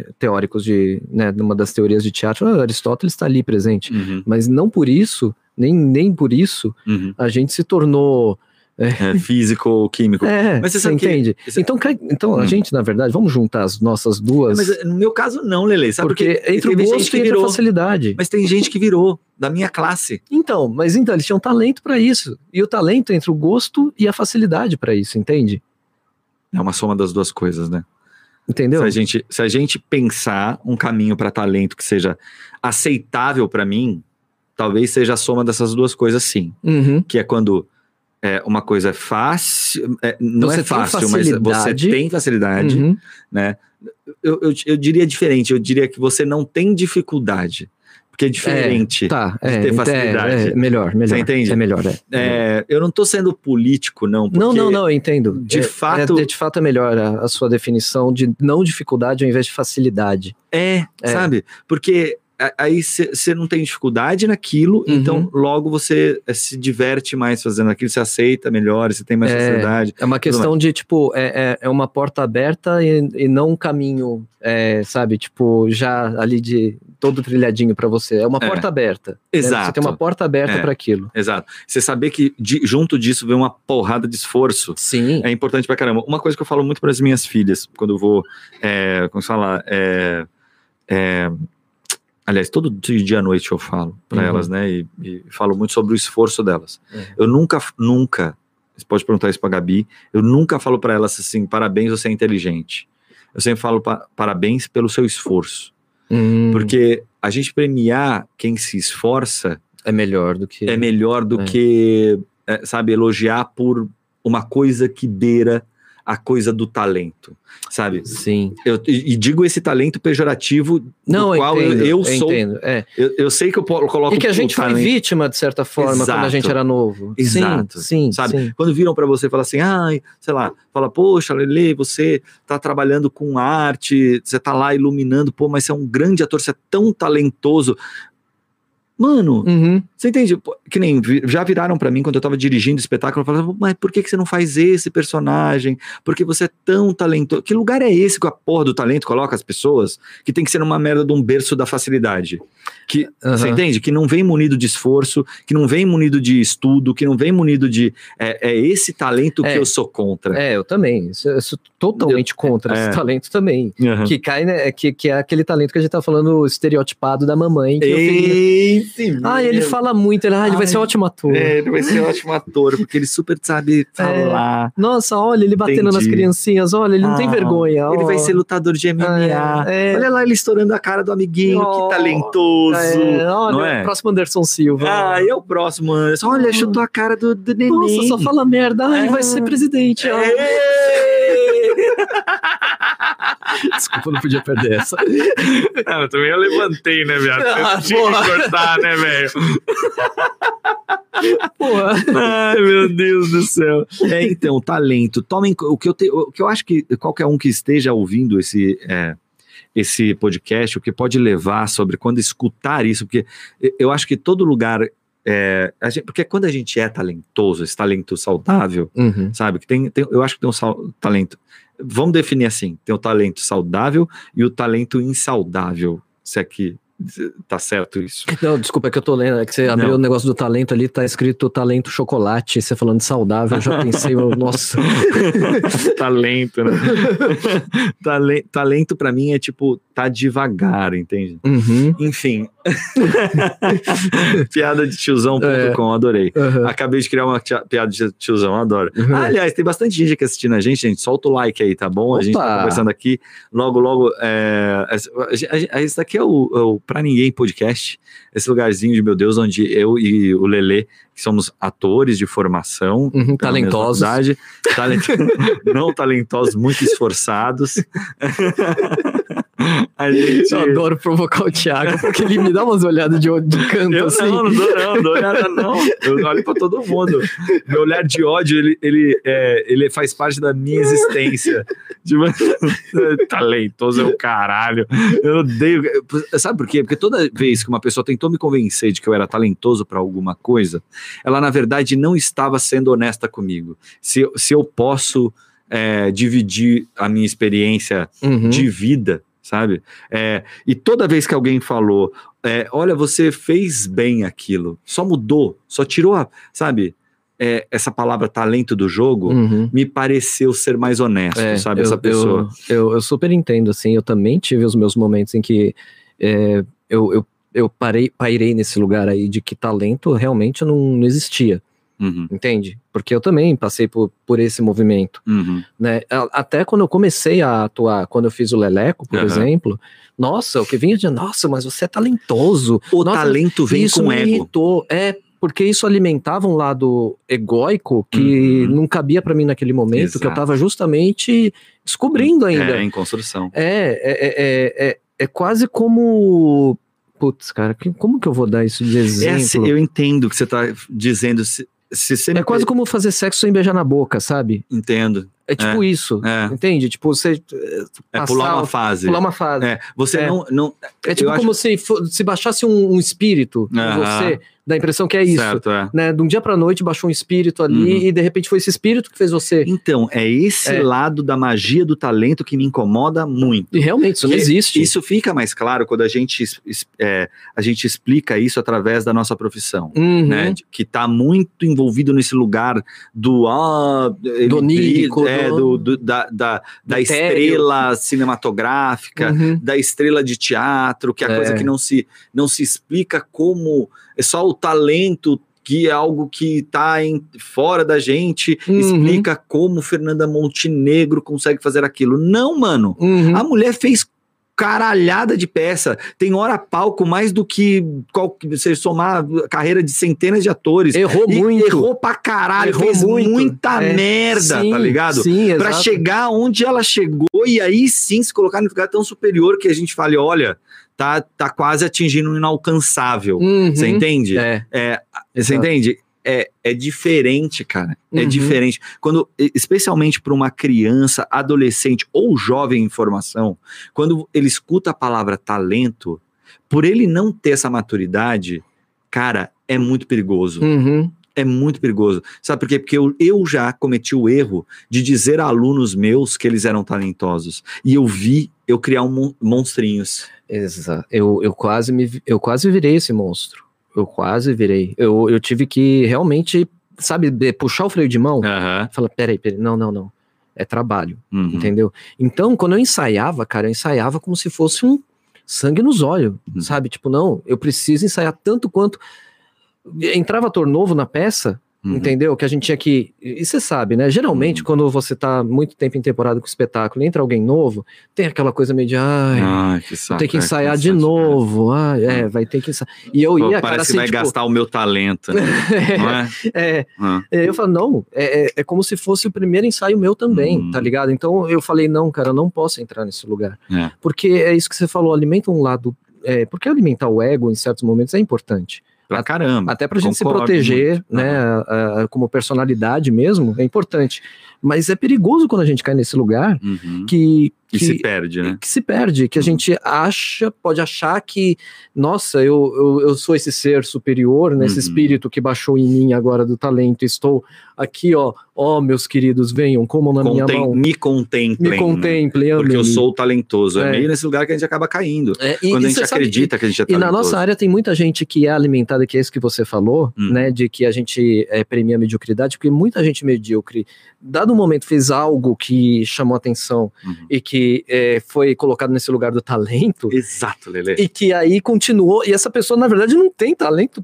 é, teóricos de, né, de uma das teorias de teatro. Ah, Aristóteles está ali presente, mas não por isso, nem, nem por isso, Uhum. a gente se tornou... É, físico ou químico. É, Mas você você sabe que- entende? Isso- Então, ca- então a Hum. É, gente, na verdade, vamos juntar as nossas duas, Mas no meu caso, não, Lele. Sabe porque por quê? entre o Teve gente gosto que e entre a virou. facilidade. Mas tem gente que virou, da minha classe. Então, mas então, eles tinham talento pra isso. E o talento entre o gosto e a facilidade pra isso, entende? É uma soma das duas coisas, né? Entendeu? Se a, gente, se a gente pensar um caminho para talento que seja aceitável para mim, talvez seja a soma dessas duas coisas, sim. Uhum. Que é quando é, uma coisa é fácil, é, não Você é tem fácil, mas você facilidade. tem facilidade, Uhum. né? Eu, eu, eu diria diferente, eu diria que você não tem dificuldade, porque é diferente. Tá, é, ter então, é, facilidade. é, melhor, melhor. Você entende? É melhor, é. É, eu não tô sendo político, não. Não, porque- não, não, eu entendo. de É- fato- é- de fato é melhor a, a sua definição de não dificuldade ao invés de facilidade. É, É. sabe? Porque a- aí você não tem dificuldade naquilo, Uhum. então logo você eh, se diverte mais fazendo aquilo, você aceita melhor, você tem mais É. facilidade. É uma questão de, tipo, é, é, é uma porta aberta e, e não um caminho, é, sabe? Tipo, já ali de todo trilhadinho pra você. É uma É. porta aberta. né? Você Exato, tem uma porta aberta É. pra aquilo. exato. Você saber que de- junto disso vem uma porrada de esforço. Sim. É importante pra caramba. Uma coisa que eu falo muito pras minhas filhas, quando eu vou, eh, como se fala, eh, eh, aliás, todo dia à noite eu falo pra Uhum. elas, né? E, e falo muito sobre o esforço delas. Uhum. Eu nunca, nunca, você pode perguntar isso pra Gabi, eu nunca falo pra elas assim, parabéns, você é inteligente. Eu sempre falo pa- parabéns pelo seu esforço. Hum, Porque a gente premiar quem se esforça é melhor do que. é melhor do É. que, é, sabe, elogiar por uma coisa que beira a coisa do talento, sabe? Sim. Eu, e e digo esse talento pejorativo Não, do eu qual entendo, eu, eu sou. entendo. É. Eu, eu sei que eu po- coloco E que a o gente foi talento- vítima, de certa forma, quando a Exato. gente era novo. Exato, Sim, sim. sabe? sim. Quando viram pra você falar assim, ai, sei lá, fala, poxa, Lele, você tá trabalhando com arte, você tá lá iluminando, pô, mas você é um grande ator, você é tão talentoso. Mano, Uhum. Você entende? Pô, Que nem vi- já viraram pra mim quando eu tava dirigindo o espetáculo, falaram, mas por que, que você não faz esse personagem? Por que você é tão talentoso? Que lugar é esse que a porra do talento coloca as pessoas que tem que ser numa merda de um berço da facilidade? Que, Você Aham. entende? Que não vem munido de esforço, que não vem munido de estudo, que não vem munido de. É, é esse talento É. que eu sou contra. É, eu também. Isso- Eu sou totalmente contra é. esse talento também. Aham. Que cai, né? Que, que é aquele talento que a gente tá falando estereotipado da mamãe. Que eu fiquei- Esse Ah, ele mesmo. fala muito. Ele, ah, ele vai Ai. ser um ótimo ator. É, ele vai ser um ótimo ator, porque ele super É. sabe falar. Nossa, olha, ele batendo nas Entendi. criancinhas. Olha, ele não tem Ah, vergonha. Ele ó. vai ser lutador de MMA. É, é. Olha lá ele estourando a cara do amiguinho, Oh, que talentoso. É, olha, não é? próximo Anderson Silva. Ah, e é o próximo, Anderson. Olha, chutou a cara do, do neném. Nossa, só fala merda. Ai, Ah. vai ser presidente. ó. É. Desculpa, não podia perder essa. Não, eu também eu levantei, né, viado? Ah, Você tinha que cortar, né, velho? Porra. Ai, meu Deus do céu. É, então, talento. Tomem co- o que eu te, o que eu acho que qualquer um que esteja ouvindo esse é, esse podcast, o que pode levar sobre quando escutar isso, porque eu- eu acho que todo lugar é, a gente- porque quando a gente é talentoso, esse talento saudável, Uhum. sabe? Que tem, tem- eu acho que tem um sal- talento. Vamos definir assim: tem o talento saudável e o talento insaudável. Se é que se- tá certo isso. Não, desculpa, é que eu tô lendo. É que você abriu Não. o negócio do talento ali, tá escrito talento chocolate. Você falando saudável, eu já pensei, eu, nossa. Talento, né? tá Tale- talento para mim é tipo tá devagar, entende? Uhum. Enfim, piada de tiozão.com, adorei. Ah, Acabei de criar uma tia- piada de tiozão, adoro. Uhum. Ah, aliás, tem bastante gente aqui assistindo a gente, gente. Solta o like aí, tá bom? A gente Opa! tá conversando aqui. Logo, logo. É... essa- a gen- a gen- Esse daqui é o, é o Pra Ninguém Podcast. Esse lugarzinho de meu Deus, onde eu e o Lelê, que somos atores de formação. Uhum, pela mesma talentosos. faculdade, talent- não talentosos, muito esforçados. a gente. Eu adoro provocar o Thiago, porque ele me dá umas olhadas de, de canto, Eu assim. não, não dou não, não dou olhada não. Eu olho pra todo mundo. Meu olhar de ódio, ele, ele, é, ele faz parte da minha existência. Tipo, Talentoso é o caralho. eu odeio. Sabe por quê? Porque toda vez que uma pessoa tentou me convencer de que eu era talentoso pra alguma coisa, ela na verdade não estava sendo honesta comigo. Se, eu- se eu posso é, dividir a minha experiência Uhum. de vida, sabe? É, e toda vez que alguém falou, é, olha, você fez bem aquilo, só mudou, só tirou a, sabe? É, essa palavra talento do jogo Uhum. me pareceu ser mais honesto, É, sabe? eu- essa eu- pessoa. Eu, eu super entendo, assim, eu também tive os meus momentos em que é, eu, eu, eu parei, pairei nesse lugar aí de que talento realmente não, não existia, Uhum, entende? Porque eu também passei por, por esse movimento, uhum. né? A- Até quando eu comecei a atuar, quando eu fiz o Leleco, por Aham. exemplo, nossa, o que vinha de, nossa, mas você é talentoso. O Nossa, talento vem isso com me ego. irritou, é... Porque isso alimentava um lado egóico que Uhum. não cabia pra mim naquele momento, que eu Exato. tava justamente descobrindo ainda. É, em construção. É, é, é, é, é quase como. Putz, cara, que- como que eu vou dar isso de Essa, exemplo? É, assim, eu entendo o que você está dizendo. Se, se você me quase como fazer sexo sem beijar na boca, sabe? entendo. É tipo isso. É, Entende? Tipo, você. é Passar- pular uma fase. Pular uma fase. É, você É. não, não. É, tipo eu acho- como se, fo- se baixasse um, um espírito em Aham. você, dá a impressão que é isso. Certo, é. Né? De um dia pra noite baixou um espírito ali Uhum. e de repente foi esse espírito que fez você. Então, é esse É. lado da magia do talento que me incomoda muito. E realmente, isso não Que- existe. Isso fica mais claro quando a gente, es- es- é, a gente explica isso através da nossa profissão. Uhum. Né, De- que está muito envolvido nesse lugar do ah, ele Do onírico, brilha, é, do- do- do- da, da, da etéreo. estrela cinematográfica, Uhum. da estrela de teatro, que é a É. coisa que não se, não se explica como é só o talento que é algo que está fora da gente, Uhum. explica como Fernanda Montenegro consegue fazer aquilo. Não, mano. Uhum. A mulher fez caralhada de peça, tem hora palco mais do que qual, se somar a carreira de centenas de atores. Errou E muito. Errou pra caralho, Errou fez muito. muita É. merda, Sim, tá ligado? Sim, Pra exato. chegar onde ela chegou e aí sim se colocar no lugar tão superior que a gente fale, olha, tá, tá quase atingindo o inalcançável. Uhum. Você entende? É. É, você Exato. entende? É, é diferente, cara. É Uhum. diferente. Quando, e- especialmente para uma criança, adolescente ou jovem em formação, quando ele escuta a palavra talento, por ele não ter essa maturidade, cara, é muito perigoso. Uhum. É muito perigoso. Sabe por quê? Porque eu, eu já cometi o erro de dizer a alunos meus que eles eram talentosos. E eu vi eu criar um mon- monstrinhos. Exato. Eu, eu, quase me, vi- eu quase virei esse monstro. Eu quase virei. Eu, eu tive que realmente, sabe, de- puxar o freio de mão. Aham. Falar, peraí, peraí, não, não, não. É trabalho, Uhum. entendeu? Então, quando eu ensaiava, cara, eu ensaiava como se fosse um sangue nos olhos, Uhum. sabe? Tipo, não, eu preciso ensaiar tanto quanto. Entrava ator novo na peça, Entendeu? Que a gente tinha que. E você sabe, né? Geralmente, Uhum. quando você tá muito tempo em temporada com o espetáculo e entra alguém novo, tem aquela coisa meio de. Ai, Ai, que saco. tem que é ensaiar de cansativo. novo. Ai, é, vai ter que ensaiar. E eu Pô, ia, cara, parece assim, que vai tipo, gastar o meu talento, né? não é? é, Ah. é, eu falo, não, é, é- é como se fosse o primeiro ensaio meu também, Uhum. tá ligado? Então eu falei, não, cara, eu não posso entrar nesse lugar. É. Porque é isso que você falou, alimenta um lado. É, porque alimentar o ego em certos momentos é importante. Pra caramba. Até pra gente se Concordo proteger, muito. né? a- a- como personalidade mesmo, é importante. Mas é perigoso quando a gente cai nesse lugar Uhum. que, E que, se perde, né? que se perde, que a Uhum. gente acha, pode achar que, nossa, eu, eu, eu sou esse ser superior, né? Esse Uhum. espírito que baixou em mim agora do talento. Estou aqui, ó, ó, meus queridos, venham, comam na minha Contem- mão. me contemplem. Me né? contemplem, Porque eu amem-me. sou talentoso. É. É. meio nesse lugar que a gente acaba caindo. É, e- Quando e a gente você sabe- acredita que a gente é E talentoso. na nossa área tem muita gente que é alimentada, que é isso que você falou, Hum. né? De que a gente é, premia a mediocridade, porque muita gente medíocre, dado o momento, fez algo que chamou atenção Uhum. e que que é, foi colocado nesse lugar do talento Exato, Lele. e que aí continuou. E essa pessoa, na verdade, não tem talento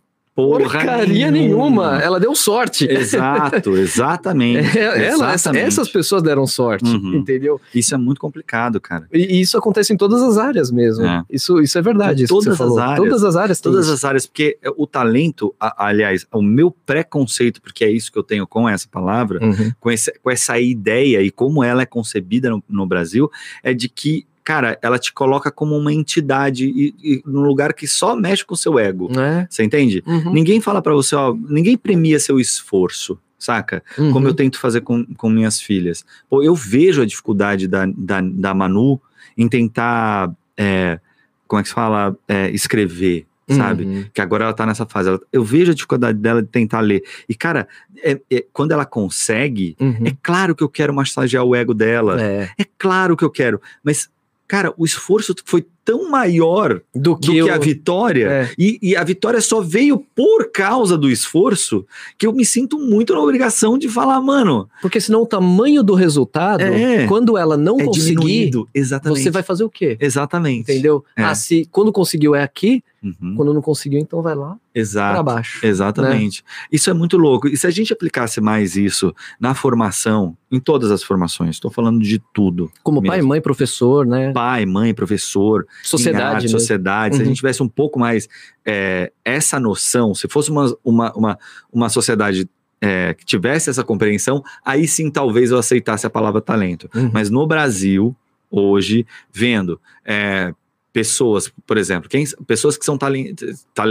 porcaria nenhuma. Ela deu sorte. Exato, É, exatamente. ela- essa- Exatamente. essas pessoas deram sorte, Uhum. entendeu? Isso é muito complicado, cara. E, e isso acontece em todas as áreas mesmo. É. Isso, isso é verdade. Em isso que você todas as falou. áreas. Todas as áreas. tem Todas isso. as áreas, porque o talento, a- aliás, o meu preconceito, porque é isso que eu tenho com essa palavra, Uhum. com, esse- com essa ideia e como ela é concebida no, no Brasil, é de que, cara, ela te coloca como uma entidade e, e num lugar que só mexe com o seu ego. Né? Você entende? Ninguém fala pra você, ó, ninguém premia seu esforço, saca? Uhum. Como eu tento fazer com, com minhas filhas. Pô, eu vejo a dificuldade da, da, da Manu em tentar, é, como é que se fala, É, escrever, sabe? Uhum. que agora ela tá nessa fase. Ela- eu vejo a dificuldade dela de tentar ler. E, cara, é- é- quando ela consegue, Uhum. é claro que eu quero massagear o ego dela. É. É. claro que eu quero. Mas, cara, o esforço foi tão maior Do do que, a vitória. é. E, e a vitória só veio por causa do esforço que eu me sinto muito na obrigação de falar, mano, Porque senão o tamanho do resultado, É. quando ela não é conseguir, diminuído. Exatamente. você vai fazer o quê? Exatamente. Entendeu? É. Ah, se quando conseguiu é aqui, Uhum. quando não conseguiu, então vai lá pra Exato. baixo. Exatamente. Isso é muito louco. E se a gente aplicasse mais isso na formação, em todas as formações, estou falando de tudo: Como pai, mesmo. mãe, professor, né? pai, mãe, professor, em Sociedade. arte, né? sociedade. Se a Uhum. gente tivesse um pouco mais é, essa noção, se fosse uma, uma, uma, uma sociedade é, que tivesse essa compreensão, aí sim talvez eu aceitasse a palavra talento. Uhum. Mas no Brasil, hoje, vendo é, pessoas, por exemplo, quem, pessoas que são talen-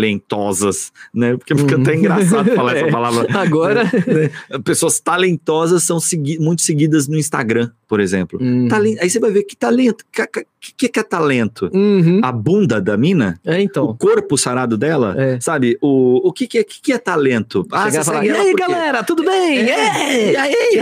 talentosas, né? Porque fica Uhum. até engraçado falar É. essa palavra. Agora. Pessoas talentosas são segui- muito seguidas no Instagram, por exemplo. Uhum. Talen- Aí você vai ver que talento. O que, que, que é talento? Uhum. A bunda da mina? É, O então. corpo sarado dela? É. Sabe? O, o que, que, é, que, que é talento? Ah, Chegar você e falar, segue e ela aí, por quê?" galera, tudo bem? É. É. E aí?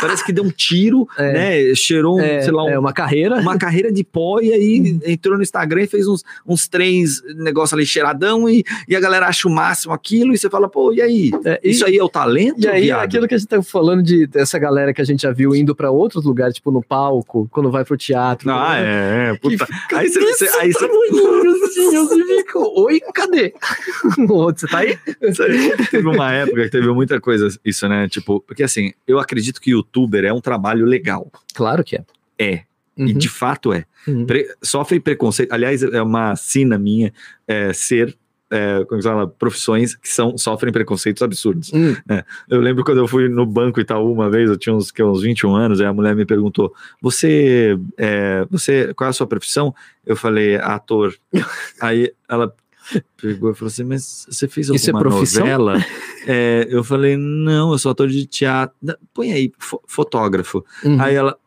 Parece que deu um tiro, É. né? Cheirou, um, É, sei lá, um é Hum. uma carreira. uma carreira de pó e aí entrou no Instagram e fez uns, uns três negócios ali cheiradão e, e a galera acha o máximo aquilo e você fala, pô, e aí? É, e- Isso aí é o talento, E aí, viado? aquilo que a gente tá falando de dessa galera que a gente já viu indo pra outros lugares, tipo no palco, quando vai pro teatro. né? Ah, é, é, puta. Aí você... Isso, você- aí você- fica, oi, cadê? Você tá aí? teve uma época que teve muita coisa isso, né? Tipo, porque assim, eu acredito que youtuber é um trabalho legal. Claro que é. É, Uhum. e de fato é. Uhum. Pre- sofre preconceito. Aliás, é uma sina minha é, ser, é, como se fala, profissões que são, sofrem preconceitos absurdos. Hum. Eu lembro quando eu fui no banco Itaú uma vez, eu tinha uns, que, uns 21 anos, aí a mulher me perguntou: Você. é, você qual é a sua profissão? Eu falei, ator. aí ela pegou e falou assim: Mas você fez alguma Isso é profissão? novela? É, eu falei, não, eu sou ator de teatro. Não, Põe aí, fo- fotógrafo. Uhum. Aí ela.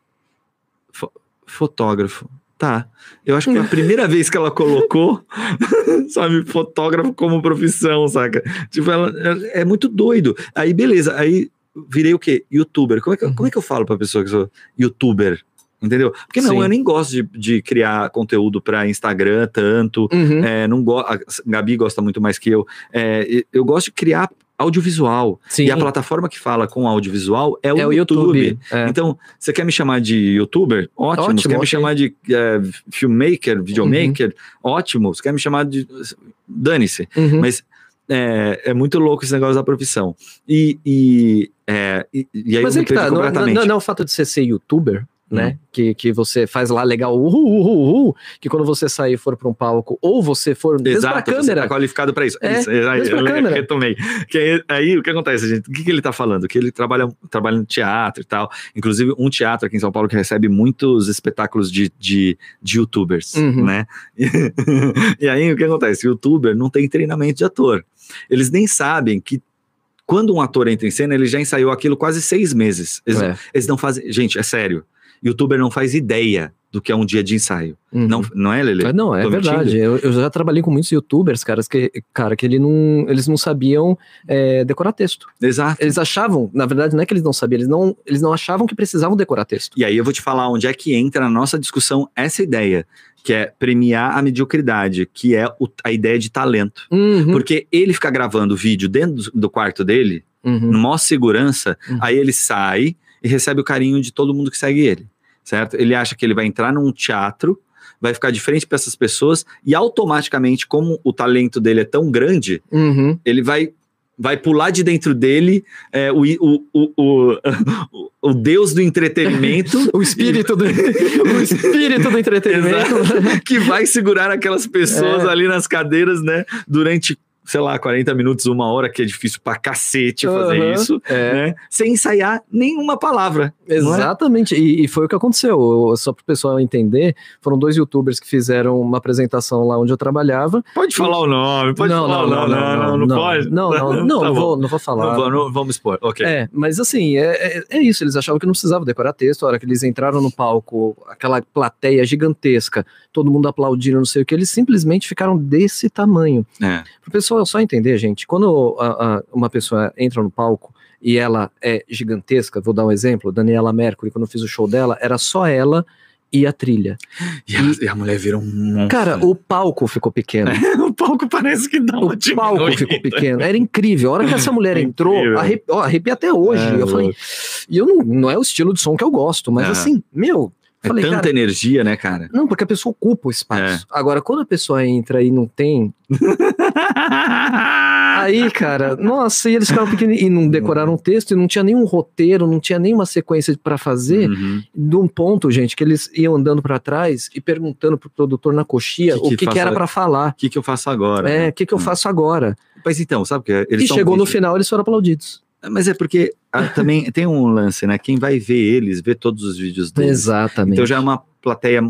"Fo- fotógrafo. Tá. Eu acho que foi a primeira vez que ela colocou, sabe, fotógrafo como profissão, saca? Tipo, ela é, é muito doido. Aí, beleza, aí virei o quê? Youtuber. Como é que, eu- Uhum. como é que eu falo pra pessoa que eu sou youtuber? Entendeu? Porque não, Sim. eu nem gosto de, de criar conteúdo pra Instagram tanto. Uhum. É, não go a Gabi gosta muito mais que eu. É, e- eu gosto de criar audiovisual. Sim. E a plataforma que fala com audiovisual é o, é o YouTube. YouTube. É. Então, você quer me chamar de youtuber? Ótimo. Ótimo, você quer me ok. chamar de é, filmmaker, videomaker? Ótimo. Você quer me chamar de. Dane-se. Uhum. Mas é, é muito louco esse negócio da profissão. E, e, é, e, e aí Mas eu é me que perdi tá, não, completamente. Uhum. não, não é o fato de você ser youtuber, né? Que, que você faz lá legal, uhul, uhul, uhul, que quando você sair e for pra um palco, ou você for mesmo pra Exato, você câmera. tá qualificado para isso. É, isso aí, mesmo pra eu câmera. retomei. Que aí, aí, o que acontece, gente? O que, que ele tá falando? Que ele trabalha, trabalha no teatro e tal. Inclusive, um teatro aqui em São Paulo que recebe muitos espetáculos de, de, de youtubers, Uhum. né? e aí, o que acontece? Youtuber não tem treinamento de ator. Eles nem sabem que quando um ator entra em cena, ele já ensaiou aquilo quase seis meses. Eles, É. eles não fazem... Gente, é sério. Youtuber não faz ideia do que é um dia de ensaio. Uhum. Não, não é, Lele? É, Não, é Tô mentindo? verdade. Eu, eu já trabalhei com muitos youtubers, caras, que, cara, que ele não, eles não sabiam é, decorar texto. Exato. Eles achavam, na verdade, não é que eles não sabiam, eles não, eles não achavam que precisavam decorar texto. E aí eu vou te falar onde é que entra na nossa discussão essa ideia, que é premiar a mediocridade, que é o- a ideia de talento. Uhum, Porque ele fica gravando vídeo dentro do quarto dele, uhum. no maior segurança, Uhum. aí ele sai e recebe o carinho de todo mundo que segue ele. certo? Ele acha que ele vai entrar num teatro, vai ficar de frente para essas pessoas e automaticamente, como o talento dele é tão grande, Uhum. ele vai vai pular de dentro dele é, o, o, o, o, o- o deus do entretenimento O espírito do, o espírito do entretenimento. que vai segurar aquelas pessoas É. ali nas cadeiras, né? Durante, sei lá, 40 minutos, uma hora, que é difícil pra cacete fazer Aham. É. isso, né? Sem ensaiar nenhuma palavra. Exatamente, e, e foi o que aconteceu. Eu- Só para o pessoal entender, foram dois youtubers que fizeram uma apresentação lá onde eu trabalhava. Pode falar o nome, pode falar o nome. Não, não, não, pode. Não, não, não, Tá não bom. vou, não vou falar. Não, vou- não vamos expor. Ok. É, mas assim, é, é- é isso. Eles achavam que não precisava decorar texto. A hora que eles entraram no palco, aquela plateia gigantesca, todo mundo aplaudindo, não sei o que, eles simplesmente ficaram desse tamanho. É. Pro pessoal só entender, gente, quando a- a- uma pessoa entra no palco e ela é gigantesca, vou dar um exemplo: Daniela Mercury, quando eu fiz o show dela, era só ela e a trilha. E, a, e a mulher vira um monstro. Cara, o palco ficou pequeno. o palco parece que dá O palco ficou pequeno. Era incrível. A hora que essa mulher entrou, Incrível. arrepi, ó, arrepiei até hoje. É, eu falei, e eu não, não é o estilo de som que eu gosto, mas É. assim, meu, É falei, tanta É. cara, energia, né, cara? não, porque a pessoa ocupa o espaço. Agora, quando a pessoa entra e não tem, aí, cara, nossa, e eles ficaram pequenininhos e não decoraram o texto, e não tinha nenhum roteiro, não tinha nenhuma sequência pra fazer, Uhum. de um ponto, gente, que eles iam andando pra trás e perguntando pro produtor na coxia Que que o que, que faça- era pra falar. O que, que eu faço agora? É, o que, que eu Hum. faço agora? Mas então, sabe o que? Eles e são chegou no críticos. final, eles foram aplaudidos. Mas é porque ah, também tem um lance, né? Quem vai ver eles, vê todos os vídeos deles. Exatamente. Então já é uma plateia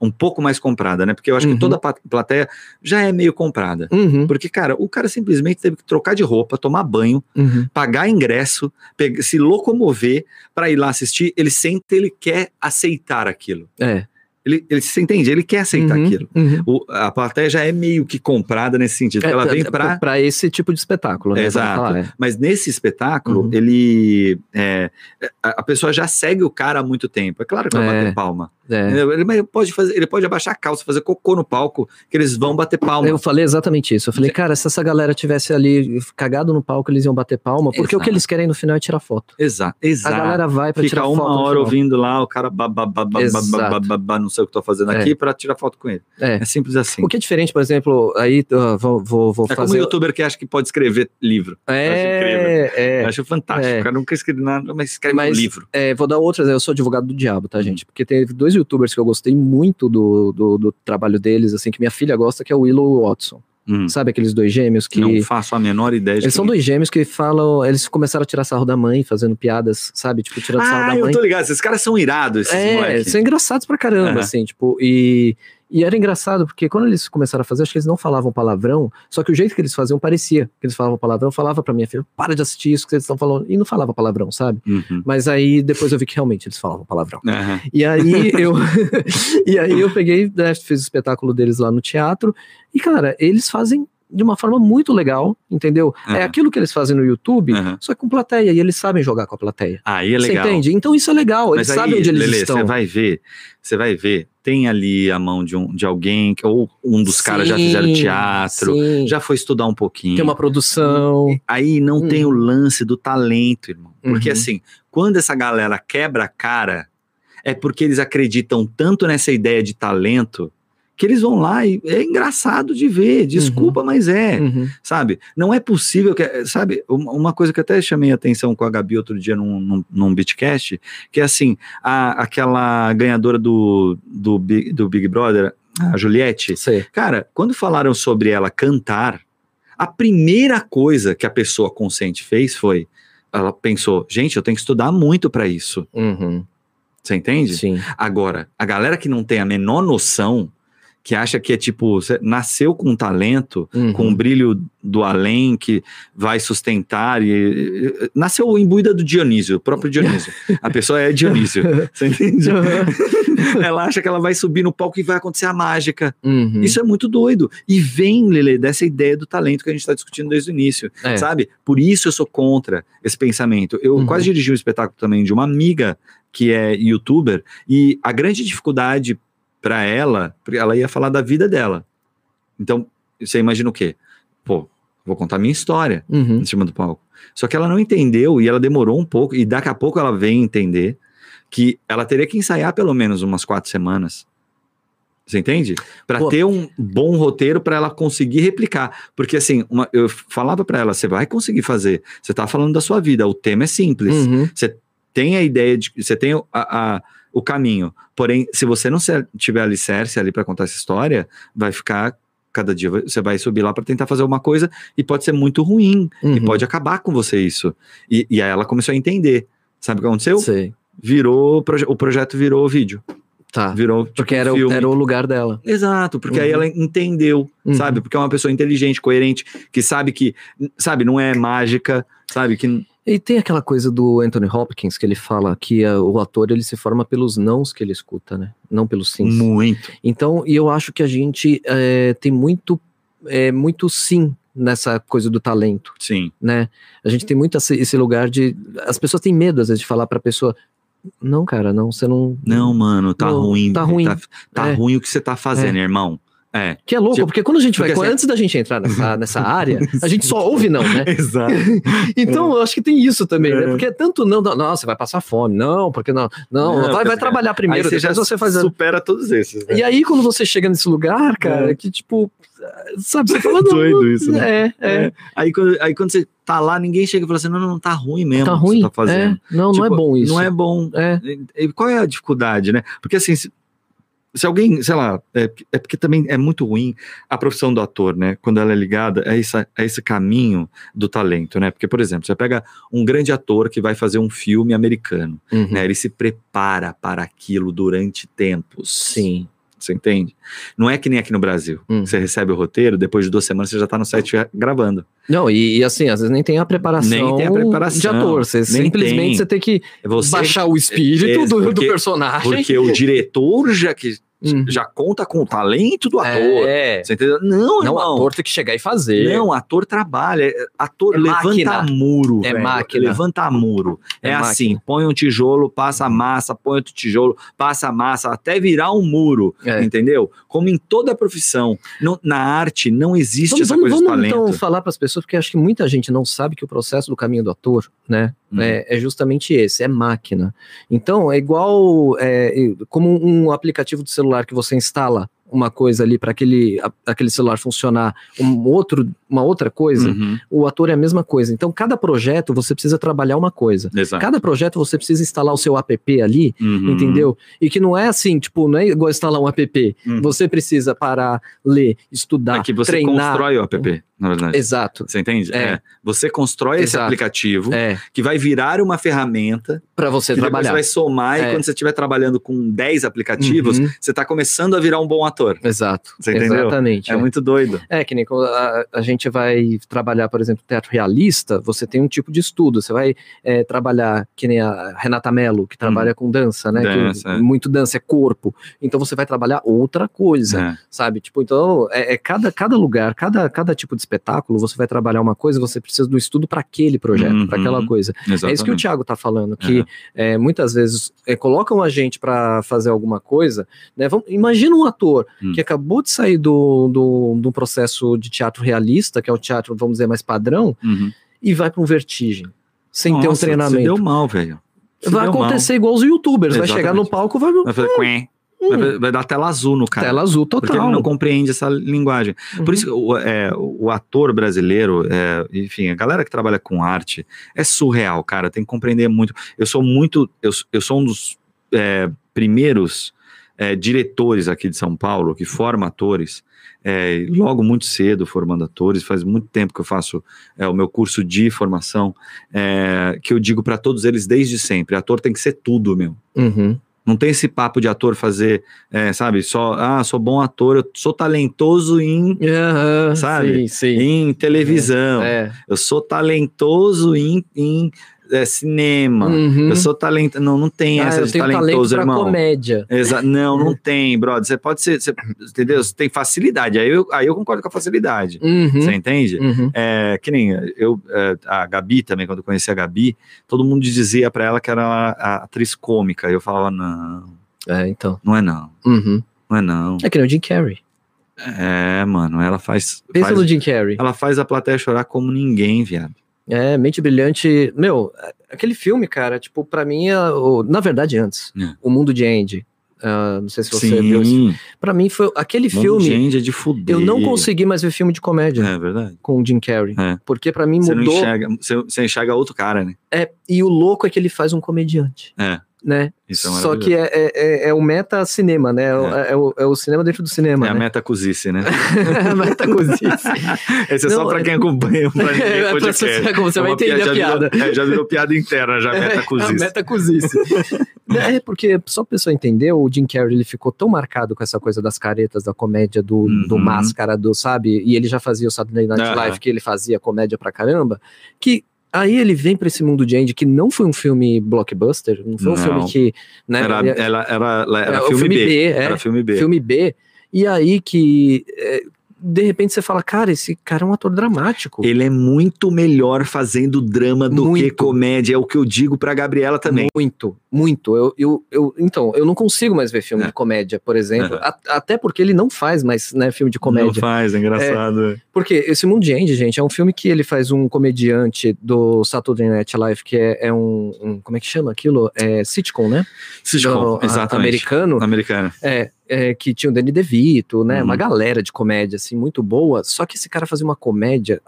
um pouco mais comprada, né? Porque eu acho Uhum. que toda pa- plateia já é meio comprada. Uhum, Porque, cara, o cara simplesmente teve que trocar de roupa, tomar banho, uhum. pagar ingresso, pe- se locomover pra ir lá assistir. Ele sente, ele quer aceitar aquilo. É. Ele, ele se entende, ele quer aceitar Uhum, aquilo. uhum. O- a plateia já é meio que comprada nesse sentido. É, ela vem pra- pra. pra esse tipo de espetáculo, né? Exato. Pra falar, é. Mas nesse espetáculo, Uhum. ele. é, a a pessoa já segue o cara há muito tempo. É claro que vai É. bater palma. É. entendeu? Ele, mas ele pode fazer, ele pode abaixar a calça, fazer cocô no palco, que eles vão bater palma. Eu falei exatamente isso. Eu falei, cara, se essa galera tivesse ali cagado no palco, eles iam bater palma, porque o que Exato. eles querem no final é tirar foto. Exato, A exato. galera vai pra Fica tirar foto. uma no hora final. ouvindo lá, o cara bababababá, Exato. não sei o que tô fazendo É. aqui, pra tirar foto com ele. É. É simples assim. O que é diferente, por exemplo, aí ah, vou, vou, vou É como o fazer. youtuber que acha que pode escrever livro. É, Eu é, acho fantástico. É. O cara nunca escreve nada, mas escreve Mas- um livro. é, vou dar outras. Eu sou advogado do diabo, Uhum. tá, gente? Porque tem dois youtubers que eu gostei muito do, do, do trabalho deles, assim, que minha filha gosta, que é o Willow Watson. Hum. Sabe aqueles dois gêmeos que. Não faço a menor ideia de Eles são quem- dois gêmeos que falam. Eles começaram a tirar sarro da mãe, fazendo piadas, sabe? Tipo, tirando sarro Ah, da eu mãe. tô ligado. Esses caras são irados, esses É, moleques. são engraçados pra caramba, Aham. assim, tipo, e. E era engraçado, porque quando eles começaram a fazer, acho que eles não falavam palavrão, só que o jeito que eles faziam parecia que eles falavam palavrão, eu falava pra minha filha, para de assistir isso que vocês estão falando, e não falava palavrão, sabe? Uhum. Mas aí depois eu vi que realmente eles falavam palavrão. Aham. E aí eu e aí eu peguei, né, fiz o espetáculo deles lá no teatro. E cara, eles fazem de uma forma muito legal, entendeu? É Aham. aquilo que eles fazem no YouTube, Aham. só que com plateia e eles sabem jogar com a plateia. Aí é Você legal. entende? Então isso é legal. Eles Mas aí, sabem onde eles Lelê, Você estão. vai ver, você vai ver, tem ali a mão de, um, de alguém, que, ou um dos caras já fizeram Sim, teatro, sim. já Uhum. foi estudar um pouquinho. tem uma produção. Aí não Hum. tem o lance do talento, irmão. Porque Uhum. assim, quando essa galera quebra a cara, é porque eles acreditam tanto nessa ideia de talento que eles vão lá e é engraçado de ver. Desculpa, mas é. Uhum. Sabe? Não é possível que. Sabe? Uma uma coisa que eu até chamei a atenção com a Gabi outro dia num, num, num Bitcast, que é assim: a, aquela ganhadora do, do, Big, do Big Brother, a Juliette. Sei. Cara, quando falaram sobre ela cantar, a primeira coisa que a pessoa consciente fez foi. Ela pensou, gente, eu tenho que estudar muito pra isso. Uhum. Você entende? Sim. Agora, a galera que não tem a menor noção, que acha que é tipo, cê nasceu com talento, Uhum. com o brilho do além que vai sustentar e- e e- nasceu em buida do Dionísio, o próprio Dionísio. A pessoa é Dionísio, você entende? Ela acha que ela vai subir no palco e vai acontecer a mágica. Uhum. Isso é muito doido. E vem, Lele, dessa ideia do talento que a gente está discutindo desde o início, É. sabe? Por isso eu sou contra esse pensamento. Eu Uhum. quase dirigi um espetáculo também de uma amiga que é youtuber e a grande dificuldade para ela, porque ela ia falar da vida dela. Então, você imagina o quê? Pô, vou contar minha história Uhum. em cima do palco. Só que ela não entendeu e ela demorou um pouco e daqui a pouco ela vem entender que ela teria que ensaiar pelo menos umas quatro semanas. Você entende? Para Pô. ter um bom roteiro para ela conseguir replicar. Porque assim, uma- eu falava para ela, você vai conseguir fazer. Você tá falando da sua vida, o tema é simples. Uhum. Tem a ideia de você tem a- a- o caminho. Porém, se você não se- tiver alicerce ali para contar essa história, vai ficar cada dia vai- você vai subir lá para tentar fazer uma coisa e pode ser muito ruim e uhum. pode acabar com você isso. E, e aí ela começou a entender. Sabe o que aconteceu? Sei. Virou proje- o projeto virou vídeo, Tá. virou tipo, Porque era, o, filme. era o lugar dela. Exato, porque aí Uhum. ela entendeu, Uhum. sabe? Porque é uma pessoa inteligente, coerente, que sabe que, sabe, não é mágica, sabe? Que E tem aquela coisa do Anthony Hopkins que ele fala que ah, o ator ele se forma pelos nãos que ele escuta, né? Não pelos sims. muito. Então, e eu acho que a gente eh, tem muito, eh, muito sim nessa coisa do talento, Sim. né? A gente tem muito esse, esse lugar de. As pessoas têm medo, às vezes, de falar pra pessoa: não, cara, não, você não. Não, mano, tá Não, ruim. tá ruim. Tá, tá É. ruim o que você tá fazendo, irmão. É. Que é louco, Tipo, porque quando a gente vai. porque assim- antes da gente entrar nessa, nessa área, a gente só ouve não, né? Exato. Então, eu acho que tem isso também, né? É. Porque é tanto não, não, não, você vai passar fome, não, porque não, não, Não, vai, porque vai você- trabalhar primeiro, aí você já depois você faz. a- supera todos esses, né? E aí, quando você chega nesse lugar, cara, É. que tipo, sabe, você fala, não, Doido isso, né? é, é, Aí, quando, aí quando você tá lá, ninguém chega e fala assim: não, não, não tá ruim mesmo. tá o que ruim, Você tá fazendo. é. não, não é Tipo, bom isso. Não é bom. É. E- e Qual é a dificuldade, né? Porque assim, se, se alguém, sei lá, é, é porque também é muito ruim a profissão do ator, né? Quando ela é ligada a, essa, a esse caminho do talento, né? Porque, por exemplo, você pega um grande ator que vai fazer um filme americano, Uhum. né? Ele se prepara para aquilo durante tempos. Sim. Você entende? Não é que nem aqui no Brasil. Hum. Você recebe o roteiro, depois de duas semanas você já tá no set gravando. Não, e, e assim, às vezes nem tem a preparação, Nem tem a preparação, de ator. Você, nem simplesmente tem. você tem que É Você, baixar o espírito É, do, do porque- personagem. porque o diretor já que Hum. já conta com o talento do ator. É, Você entendeu? Não, não, irmão. ator tem que chegar e fazer. Não, ator trabalha. Ator É levanta máquina. muro. É velho. máquina. Levanta muro. É, É máquina. Uhum. assim: põe um tijolo, passa a massa, põe outro tijolo, passa a massa, até virar um muro. É. Entendeu? Como em toda a profissão. Não- na arte não existe Vamos, essa vamos, coisa do vamos, então talento. falar para as pessoas, porque acho que muita gente não sabe que o processo do caminho do ator, né, Uhum. é, é justamente esse, é máquina. Então, é igual, é, como um aplicativo de celular que você instala uma coisa ali para aquele, a- aquele celular funcionar, um outro, uma outra coisa, Uhum, o ator é a mesma coisa. Então, cada projeto você precisa trabalhar uma coisa. Exato. Cada projeto você precisa instalar o seu app ali, Tá. Uhum. entendeu? E que não é assim, tipo, não é igual instalar um app. Uhum. Você precisa parar, ler, estudar, É que você treinar. constrói o app, na verdade. Exato. Você entende? É. Você constrói esse Exato. aplicativo É, que vai virar uma ferramenta para você que depois você trabalhar. vai somar É. e quando você estiver trabalhando com 10 aplicativos, Uhum, você está começando a virar um bom ator. Exato. Você entendeu? Exatamente. É É, muito doido. É, que nem quando a, a gente vai trabalhar, por exemplo, teatro realista, você tem um tipo de estudo. Você vai é, trabalhar, que nem a Renata Mello, que trabalha com dança, né? Que Hum. Dança, é. muito dança, é corpo. Então você vai trabalhar outra coisa, É. sabe? Tipo, então, é, é cada, cada lugar, cada, cada tipo de espetáculo, você vai trabalhar uma coisa, você precisa do estudo para aquele projeto, Uhum. para aquela coisa. É isso que o Thiago tá falando, que Aham. é, muitas vezes é, colocam a gente para fazer alguma coisa, né? Vamos- imagina um ator Hum. que acabou de sair do, do, de um processo de teatro realista, que é o teatro, vamos dizer, mais padrão, Uhum. e vai para um vertigem, sem ter um Nossa, Se treinamento. deu mal, velho. Se Vai deu mal. acontecer igual os youtubers, vai Exatamente. chegar no palco, vai. Vai, fazer quen, Hum, vai- vai dar tela azul no cara. tela azul porque ele total. não compreende essa linguagem. Por isso que o, é, o ator brasileiro, é, enfim, a galera que trabalha com arte é surreal, cara. Tem que compreender muito. Eu sou muito. Eu, s- eu sou um dos é, primeiros é, diretores aqui de São Paulo que forma atores. é, e logo muito cedo formando atores, faz muito tempo que eu faço é, o meu curso de formação, é, que eu digo para todos eles desde sempre: ator tem que ser tudo, meu. Uhum, Não tem esse papo de ator fazer, é, sabe, só, ah, sou bom ator, eu sou talentoso em, Aham, Sabe? Uhum. Então, Sim, sim. em televisão, É. eu sou talentoso em, em, é, cinema, Uhum. eu sou talentoso. Não, não tem Ah, essa eu de tenho talento talentoso, pra irmão. comédia. Exa- não, não tem, brother. Você pode ser, você- entendeu? Você tem facilidade. Aí eu, aí eu concordo com a facilidade. Uhum, Você entende? uhum. É, que nem eu, é, a Gabi também, quando eu conheci a Gabi, todo mundo dizia pra ela que era a, a atriz cômica. Eu falava, não, É, então. não é não, Uhum. não é não. É que nem o Jim Carrey. É, mano, ela faz. Pensa faz- um no Jim Carrey. Ela faz a plateia chorar como ninguém, viado. É, Mente Brilhante. Meu, aquele filme, cara, tipo, pra mim, é o- na verdade, antes. É. O Mundo de Andy. Ah, não sei se você viu isso. Sim, Pra mim, foi aquele filme. filme. Gente, é de fuder. Eu não consegui mais ver filme de comédia É verdade. com o Jim Carrey. É. Porque pra mim Você não mudou. enxerga, você, você enxerga outro cara, né? É, e o louco é que ele faz um comediante. É. Né? Isso é Só que é, é, é- é o meta-cinema, né? É, o- é o, é o cinema dentro do cinema. É a né? meta cozice, né? É a meta cozice. Esse é Não, só pra é- quem acompanha, pra É, ninguém é pra podcast. você, como você É vai uma entender a já virou- piada. É, é, já virou piada interna, já meta a cozice. meta cozice. é, porque só pra pessoa entender, o Jim Carrey ele ficou tão marcado com essa coisa das caretas, da comédia, do, do Uhum. máscara, do, sabe? E ele já fazia o Saturday Night Aham. Live, que ele fazia comédia pra caramba, que aí ele vem pra esse mundo de Andy, que não foi um filme blockbuster, não foi Não. um filme que... Né, Era, é- ela- era- ela- era é, o filme, B. é, Era filme B. filme B. E aí que, é, de repente, você fala, cara, esse cara é um ator dramático. Ele é muito melhor fazendo drama do que Muito. comédia. É o que eu digo pra Gabriela também. Muito, muito. Eu, eu, eu, então, eu não consigo mais ver filme É. de comédia, por exemplo. Aham. A- até porque ele não faz mais né, filme de Não comédia. faz, é engraçado. Porque esse Mundo de Andy, gente, é um filme que ele faz um comediante do Saturday Night Live, que é, é um, um- Como é que chama aquilo? É sitcom, né? Sitcom, Do- a- exatamente. Americano. Americano. É, é, que tinha o Danny DeVito, né? Uhum. Uma galera de comédia, assim, muito boa. Só que esse cara fazia uma comédia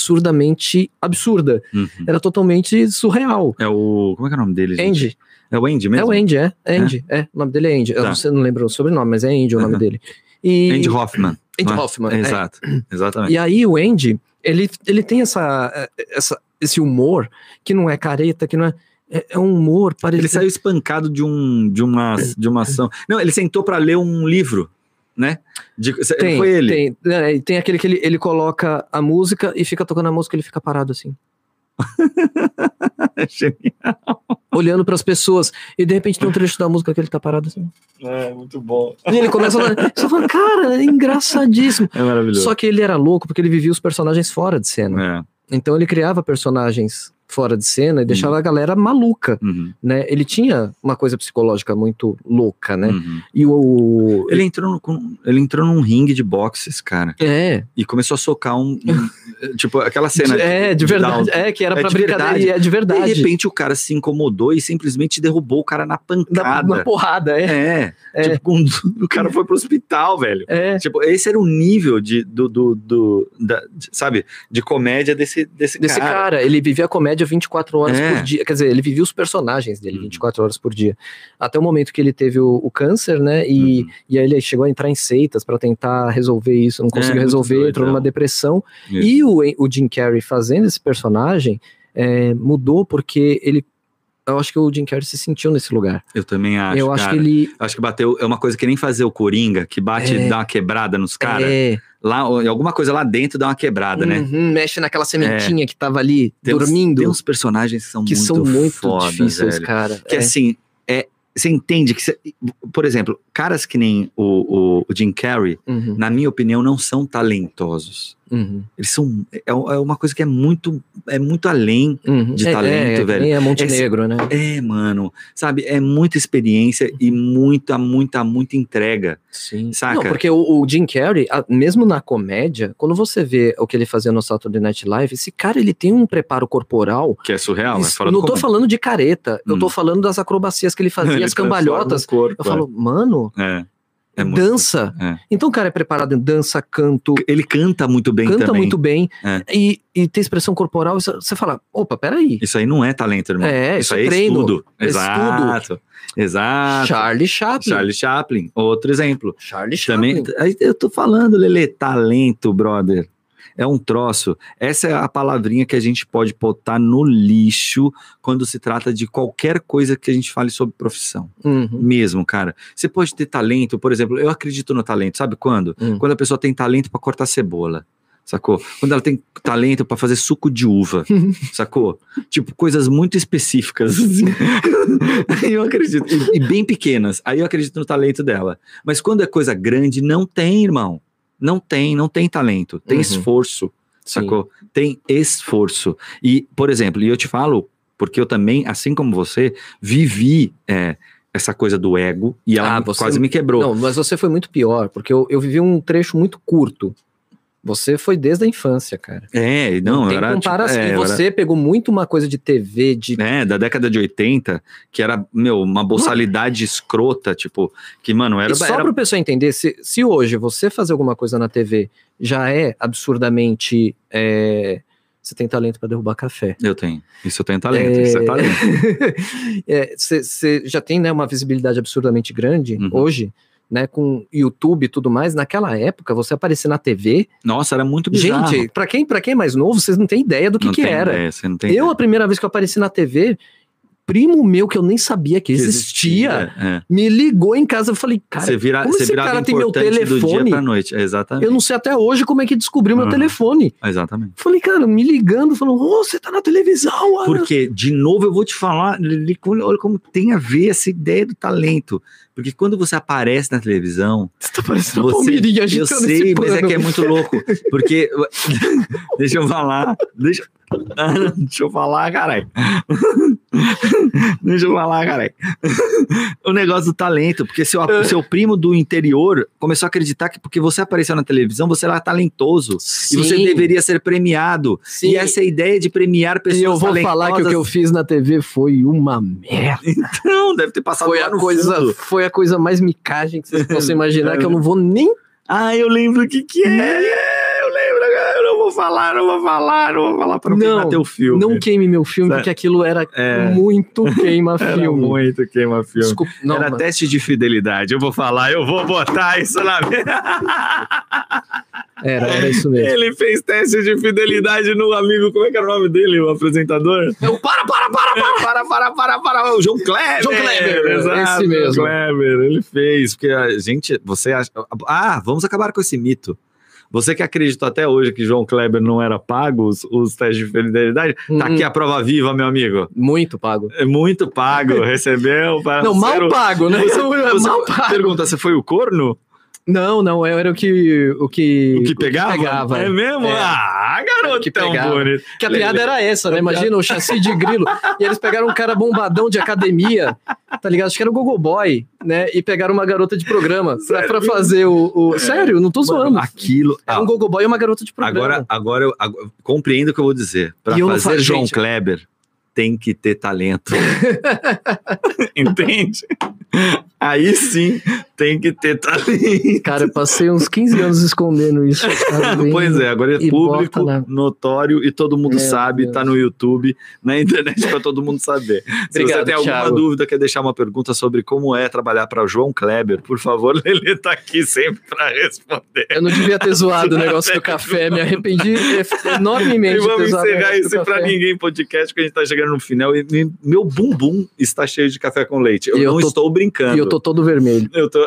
absurdamente absurda. Uhum. Era totalmente surreal. É o. Como é que é o nome dele? gente? Andy, É o Andy mesmo? É o Andy, é. É Andy, é. O nome dele é Andy. Eu Tá. não, sei, não lembro o sobrenome, mas é Andy o nome Aham. dele. E, Andy Hoffman. Andy né? Hoffman. é. Exato. Exatamente. E aí o Andy, ele, ele tem essa, eh, essa- esse humor que não é careta, que não é. É, é um humor Ele, parecido. saiu espancado de, um, de, uma, de uma ação. Não, ele sentou pra ler um livro, né? De- Tem, foi ele. Tem, né, e tem aquele que ele, ele coloca a música e fica tocando a música, ele fica parado assim, olhando pras pessoas. E de repente tem um trecho da música que ele tá parado assim. É, muito bom. E ele começa a falar, você fala, cara, é engraçadíssimo. É maravilhoso. Só que ele era louco porque ele vivia os personagens fora de cena. É, Então ele criava personagens fora de cena e deixava a galera maluca, uhum, né? Ele tinha uma coisa psicológica muito louca, né? uhum. E o Ele, entrou no- com- ele entrou num ringue de boxes, cara, é, e começou a socar um. um- tipo, aquela cena. é de verdade, Down. é que era É pra de brincadeira, verdade. e é de verdade. De repente o cara se incomodou e simplesmente derrubou o cara na da, pancada. uma porrada, é. É, É. tipo, com- o cara foi pro hospital, velho. É, Tipo, esse era o nível de, do, do, do- da- de- sabe, de comédia desse, desse, desse cara. cara. ele vivia a comédia 24 horas É. por dia. Quer dizer, ele vivia os personagens dele Uhum. 24 horas por dia. Até o momento que ele teve o, o câncer, né? E, Uhum. e aí ele chegou a entrar em seitas pra tentar resolver isso, não conseguiu É, muito resolver, doido, entrou é. numa depressão. Isso. E o, o Jim Carrey fazendo esse personagem é, mudou porque ele. Eu acho que o Jim Carrey se sentiu nesse lugar. Eu também acho, eu acho cara. que ele. Acho que bateu, é uma coisa que nem fazer o Coringa, que bate É. e dá uma quebrada nos caras. é, Lá, alguma coisa lá dentro dá uma quebrada, né? uhum, mexe naquela sementinha que tava ali Tem uns- dormindo. tem uns personagens que são que muito são muito foda, difíceis, velho. cara. Que É. assim, é, você entende que, você- por exemplo, caras que nem o, o- o Jim Carrey, Uhum, na minha opinião, não são talentosos. uhum, Eles são. É, é uma coisa que é muito, é muito além uhum. De É, talento, é, que velho. nem É Montenegro, né? É, mano, sabe? É muita experiência e muita, muita, muita entrega. Sim. Saca? Não, porque o, o Jim Carrey, a- mesmo na comédia, quando você vê o que ele fazia no Saturday Night Live, esse cara ele tem um preparo corporal Que é surreal, Isso, não tô falando de careta, eu tô Hum. falando das acrobacias que ele fazia, as cambalhotas. Eu falo, mano, É. É muito- dança. é. Então o cara é preparado em dança, canto, Ele canta muito bem canta também. É. muito bem e, e tem expressão corporal. isso- Você fala, opa, peraí. Isso aí não é talento, irmão. É, isso aí é treino. estudo. É Exato. Exato. Charlie Chaplin. Charlie Chaplin, outro exemplo. Charlie Chaplin. Também, aí eu tô falando, Lele, talento, brother. É um troço. Essa é a palavrinha que a gente pode botar no lixo quando se trata de qualquer coisa que a gente fale sobre profissão. Uhum, Mesmo, cara. Você pode ter talento, por exemplo, eu acredito no talento, sabe quando? Hum. Quando a pessoa tem talento pra cortar cebola. Sacou? Quando ela tem talento pra fazer suco de uva, sacou? Tipo, coisas muito específicas. assim. Aí eu acredito. E, e bem pequenas. Aí eu acredito no talento dela. Mas quando é coisa grande, não tem, irmão. Não tem, não tem talento. Tem Uhum. esforço, sim. sacou? Tem esforço. E, por exemplo, e eu te falo, porque eu também, assim como você, vivi é, essa coisa do ego e ela Ah, você- quase me quebrou. Não, mas você foi muito pior, porque eu, eu vivi um trecho muito curto Você foi desde a infância, cara. É, não, tem era. tipo, comparação. é, E eu era- você pegou muito uma coisa de TV, de. né, da década de 80, que era, meu, uma boçalidade escrota, tipo, que, mano, era. e só era- para o pessoal entender, se, se hoje você fazer alguma coisa na TV já é absurdamente. é, Você tem talento para derrubar café. Eu tenho. Isso eu tenho talento. É, Isso é talento. é, Você você já tem né, uma visibilidade absurdamente grande Uhum. hoje, né? Com YouTube e tudo mais. Naquela época, você aparecer na TV. Nossa, era muito É bizarro. Gente, para quem, pra quem é mais novo, vocês não têm ideia do que, Não que tem era. ideia, você não tem Eu, ideia a primeira vez que eu apareci na TV, primo meu que eu nem sabia que que existia, é. me ligou em casa. Eu falei, cara, você vira, como você esse virava cara tem meu importante do dia telefone? pra noite. É, Exatamente. eu não sei até hoje como é que descobriu meu Uhum. telefone. Exatamente. Falei, cara, me ligando, falando, ô, você tá na televisão, Alan." Porque, de novo, eu vou te falar, Lili, como- olha como tem a ver essa ideia do talento. Porque quando você aparece na televisão, Você tá parecendo uma Você- palmeirinha eu agitando sei, esse mas é pano. que é muito louco. Porque. deixa eu falar. Deixa, Ah, deixa eu falar, caralho. deixa eu falar, caralho. o negócio do talento. Porque seu, É. seu primo do interior começou a acreditar que porque você apareceu na televisão, você era talentoso. E você Sim, deveria ser premiado. sim. E essa ideia de premiar pessoas E eu vou falar que o que eu talentosas- fiz na TV foi uma merda. Não, deve ter passado Foi lá a, no coisa, fundo. foi a coisa mais micagem que vocês possam imaginar, que eu não vou nem Ah, eu lembro o que que é. Eu lembro, eu não vou falar, não vou falar, não vou falar pra não, Não, queimar teu filme. Não queime meu filme, Sério. porque aquilo era É. muito queima-filme. muito queima filme. Desculpa. Não, Era mano. teste de fidelidade. Eu vou falar, eu vou botar isso na minha. era, era isso mesmo. Ele fez teste de fidelidade no amigo. Como é que era o nome dele, o apresentador? Eu, para, para, para! Para, para, para, para. O João Kleber. é, João Kleber, Exato, esse mesmo. João Kleber. Ele fez. Porque a gente. Você acha. Ah, vamos acabar com esse mito. Você que acreditou até hoje que João Kleber não era pago os, os testes de fidelidade, tá Hum, aqui a prova viva, meu amigo. Muito pago. É muito pago, recebeu. Para Não, ser mal o- pago, né? Você- Ah, você- mal pago. Pergunta, você foi o corno? Não, não, é, era o que. O que, O que pegava? pegava. É mesmo? É. Ah, garoto, O que tão pegava. bonito. Que a piada era essa, né? Imagina o chassi de grilo. E eles pegaram um cara bombadão de academia, tá ligado? Acho que era o Gogo Boy, né? E pegaram uma garota de programa pra, pra fazer o. o- Sério, não tô É. zoando. Mano, aquilo. Era Ah, um Gogo Boy e uma garota de programa. agora, agora eu agora- compreendo o que eu vou dizer. Pra E eu não fazer faço- João gente- Kleber, tem que ter talento. Entende? Aí sim, tem que ter talento. Cara, eu passei uns 15 anos escondendo isso. tá vendo? Pois é, agora é E público, bota na- notório e todo mundo Meu sabe, Deus. tá no YouTube, na internet pra todo mundo saber. Se você Obrigado, tem alguma Thiago. dúvida, quer deixar uma pergunta sobre como é trabalhar pra João Kleber, por favor, ele tá aqui sempre pra responder. Eu não devia ter zoado o negócio do café, me arrependi enormemente E de ter vamos zoado o encerrar negócio do esse pra café. ninguém podcast, que a gente tá chegando no final e me- meu bumbum está cheio de café com leite. Eu, E eu não tô- estou brincando. E eu tô todo vermelho. Eu tô...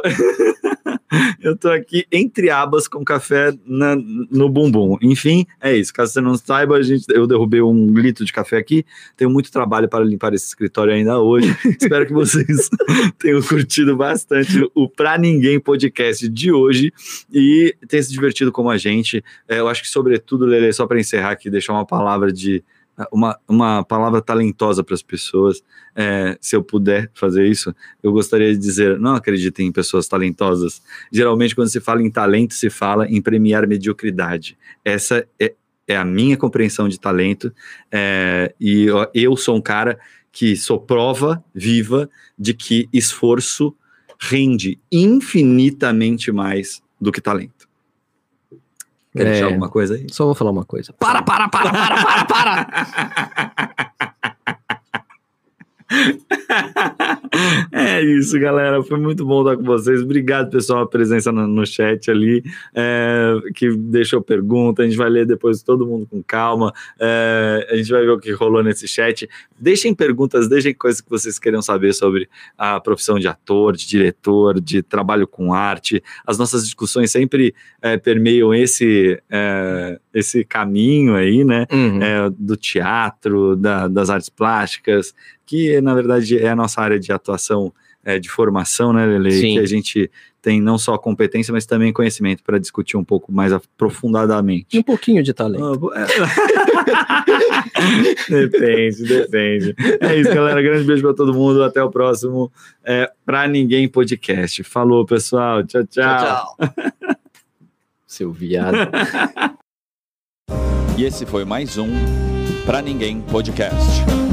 eu tô aqui entre abas com café na- no bumbum. Enfim, é isso. Caso você não saiba, a gente, eu derrubei um litro de café aqui. Tenho muito trabalho para limpar esse escritório ainda hoje. Espero que vocês tenham curtido bastante o Pra Ninguém podcast de hoje e tenham se divertido como a gente. É, eu acho que, sobretudo, Lele, só para encerrar aqui, deixar uma palavra de. É, Uma, uma palavra talentosa para as pessoas. É, se eu puder fazer isso, eu gostaria de dizer, não acreditem em pessoas talentosas. Geralmente, quando se fala em talento, se fala em premiar mediocridade. Essa é, é a minha compreensão de talento. é, e eu, eu sou um cara que sou prova viva de que esforço rende infinitamente mais do que talento. Quer É. deixar alguma coisa aí? Só vou falar uma coisa. Para, para, para, para, para, para. É isso, galera. Foi muito bom estar com vocês. Obrigado, pessoal, a presença no, no chat ali, é, que deixou pergunta. A gente vai ler depois todo mundo com calma. É, a gente vai ver o que rolou nesse chat. Deixem perguntas, deixem coisas que vocês queiram saber sobre a profissão de ator, de diretor, de trabalho com arte. As nossas discussões sempre é, permeiam esse, é, esse caminho aí, né? é, do teatro, da- das artes plásticas, que na verdade é a nossa área de atuação, é, de formação, né, Lele? Sim. Que a gente tem não só competência, mas também conhecimento para discutir um pouco mais E aprofundadamente. um pouquinho de talento. Ah, bo- é. depende, depende. É isso, galera. Grande beijo para todo mundo. Até o próximo. É, pra ninguém podcast. Falou, pessoal. tchau. tchau. seu viado. E esse foi mais um Pra Ninguém Podcast.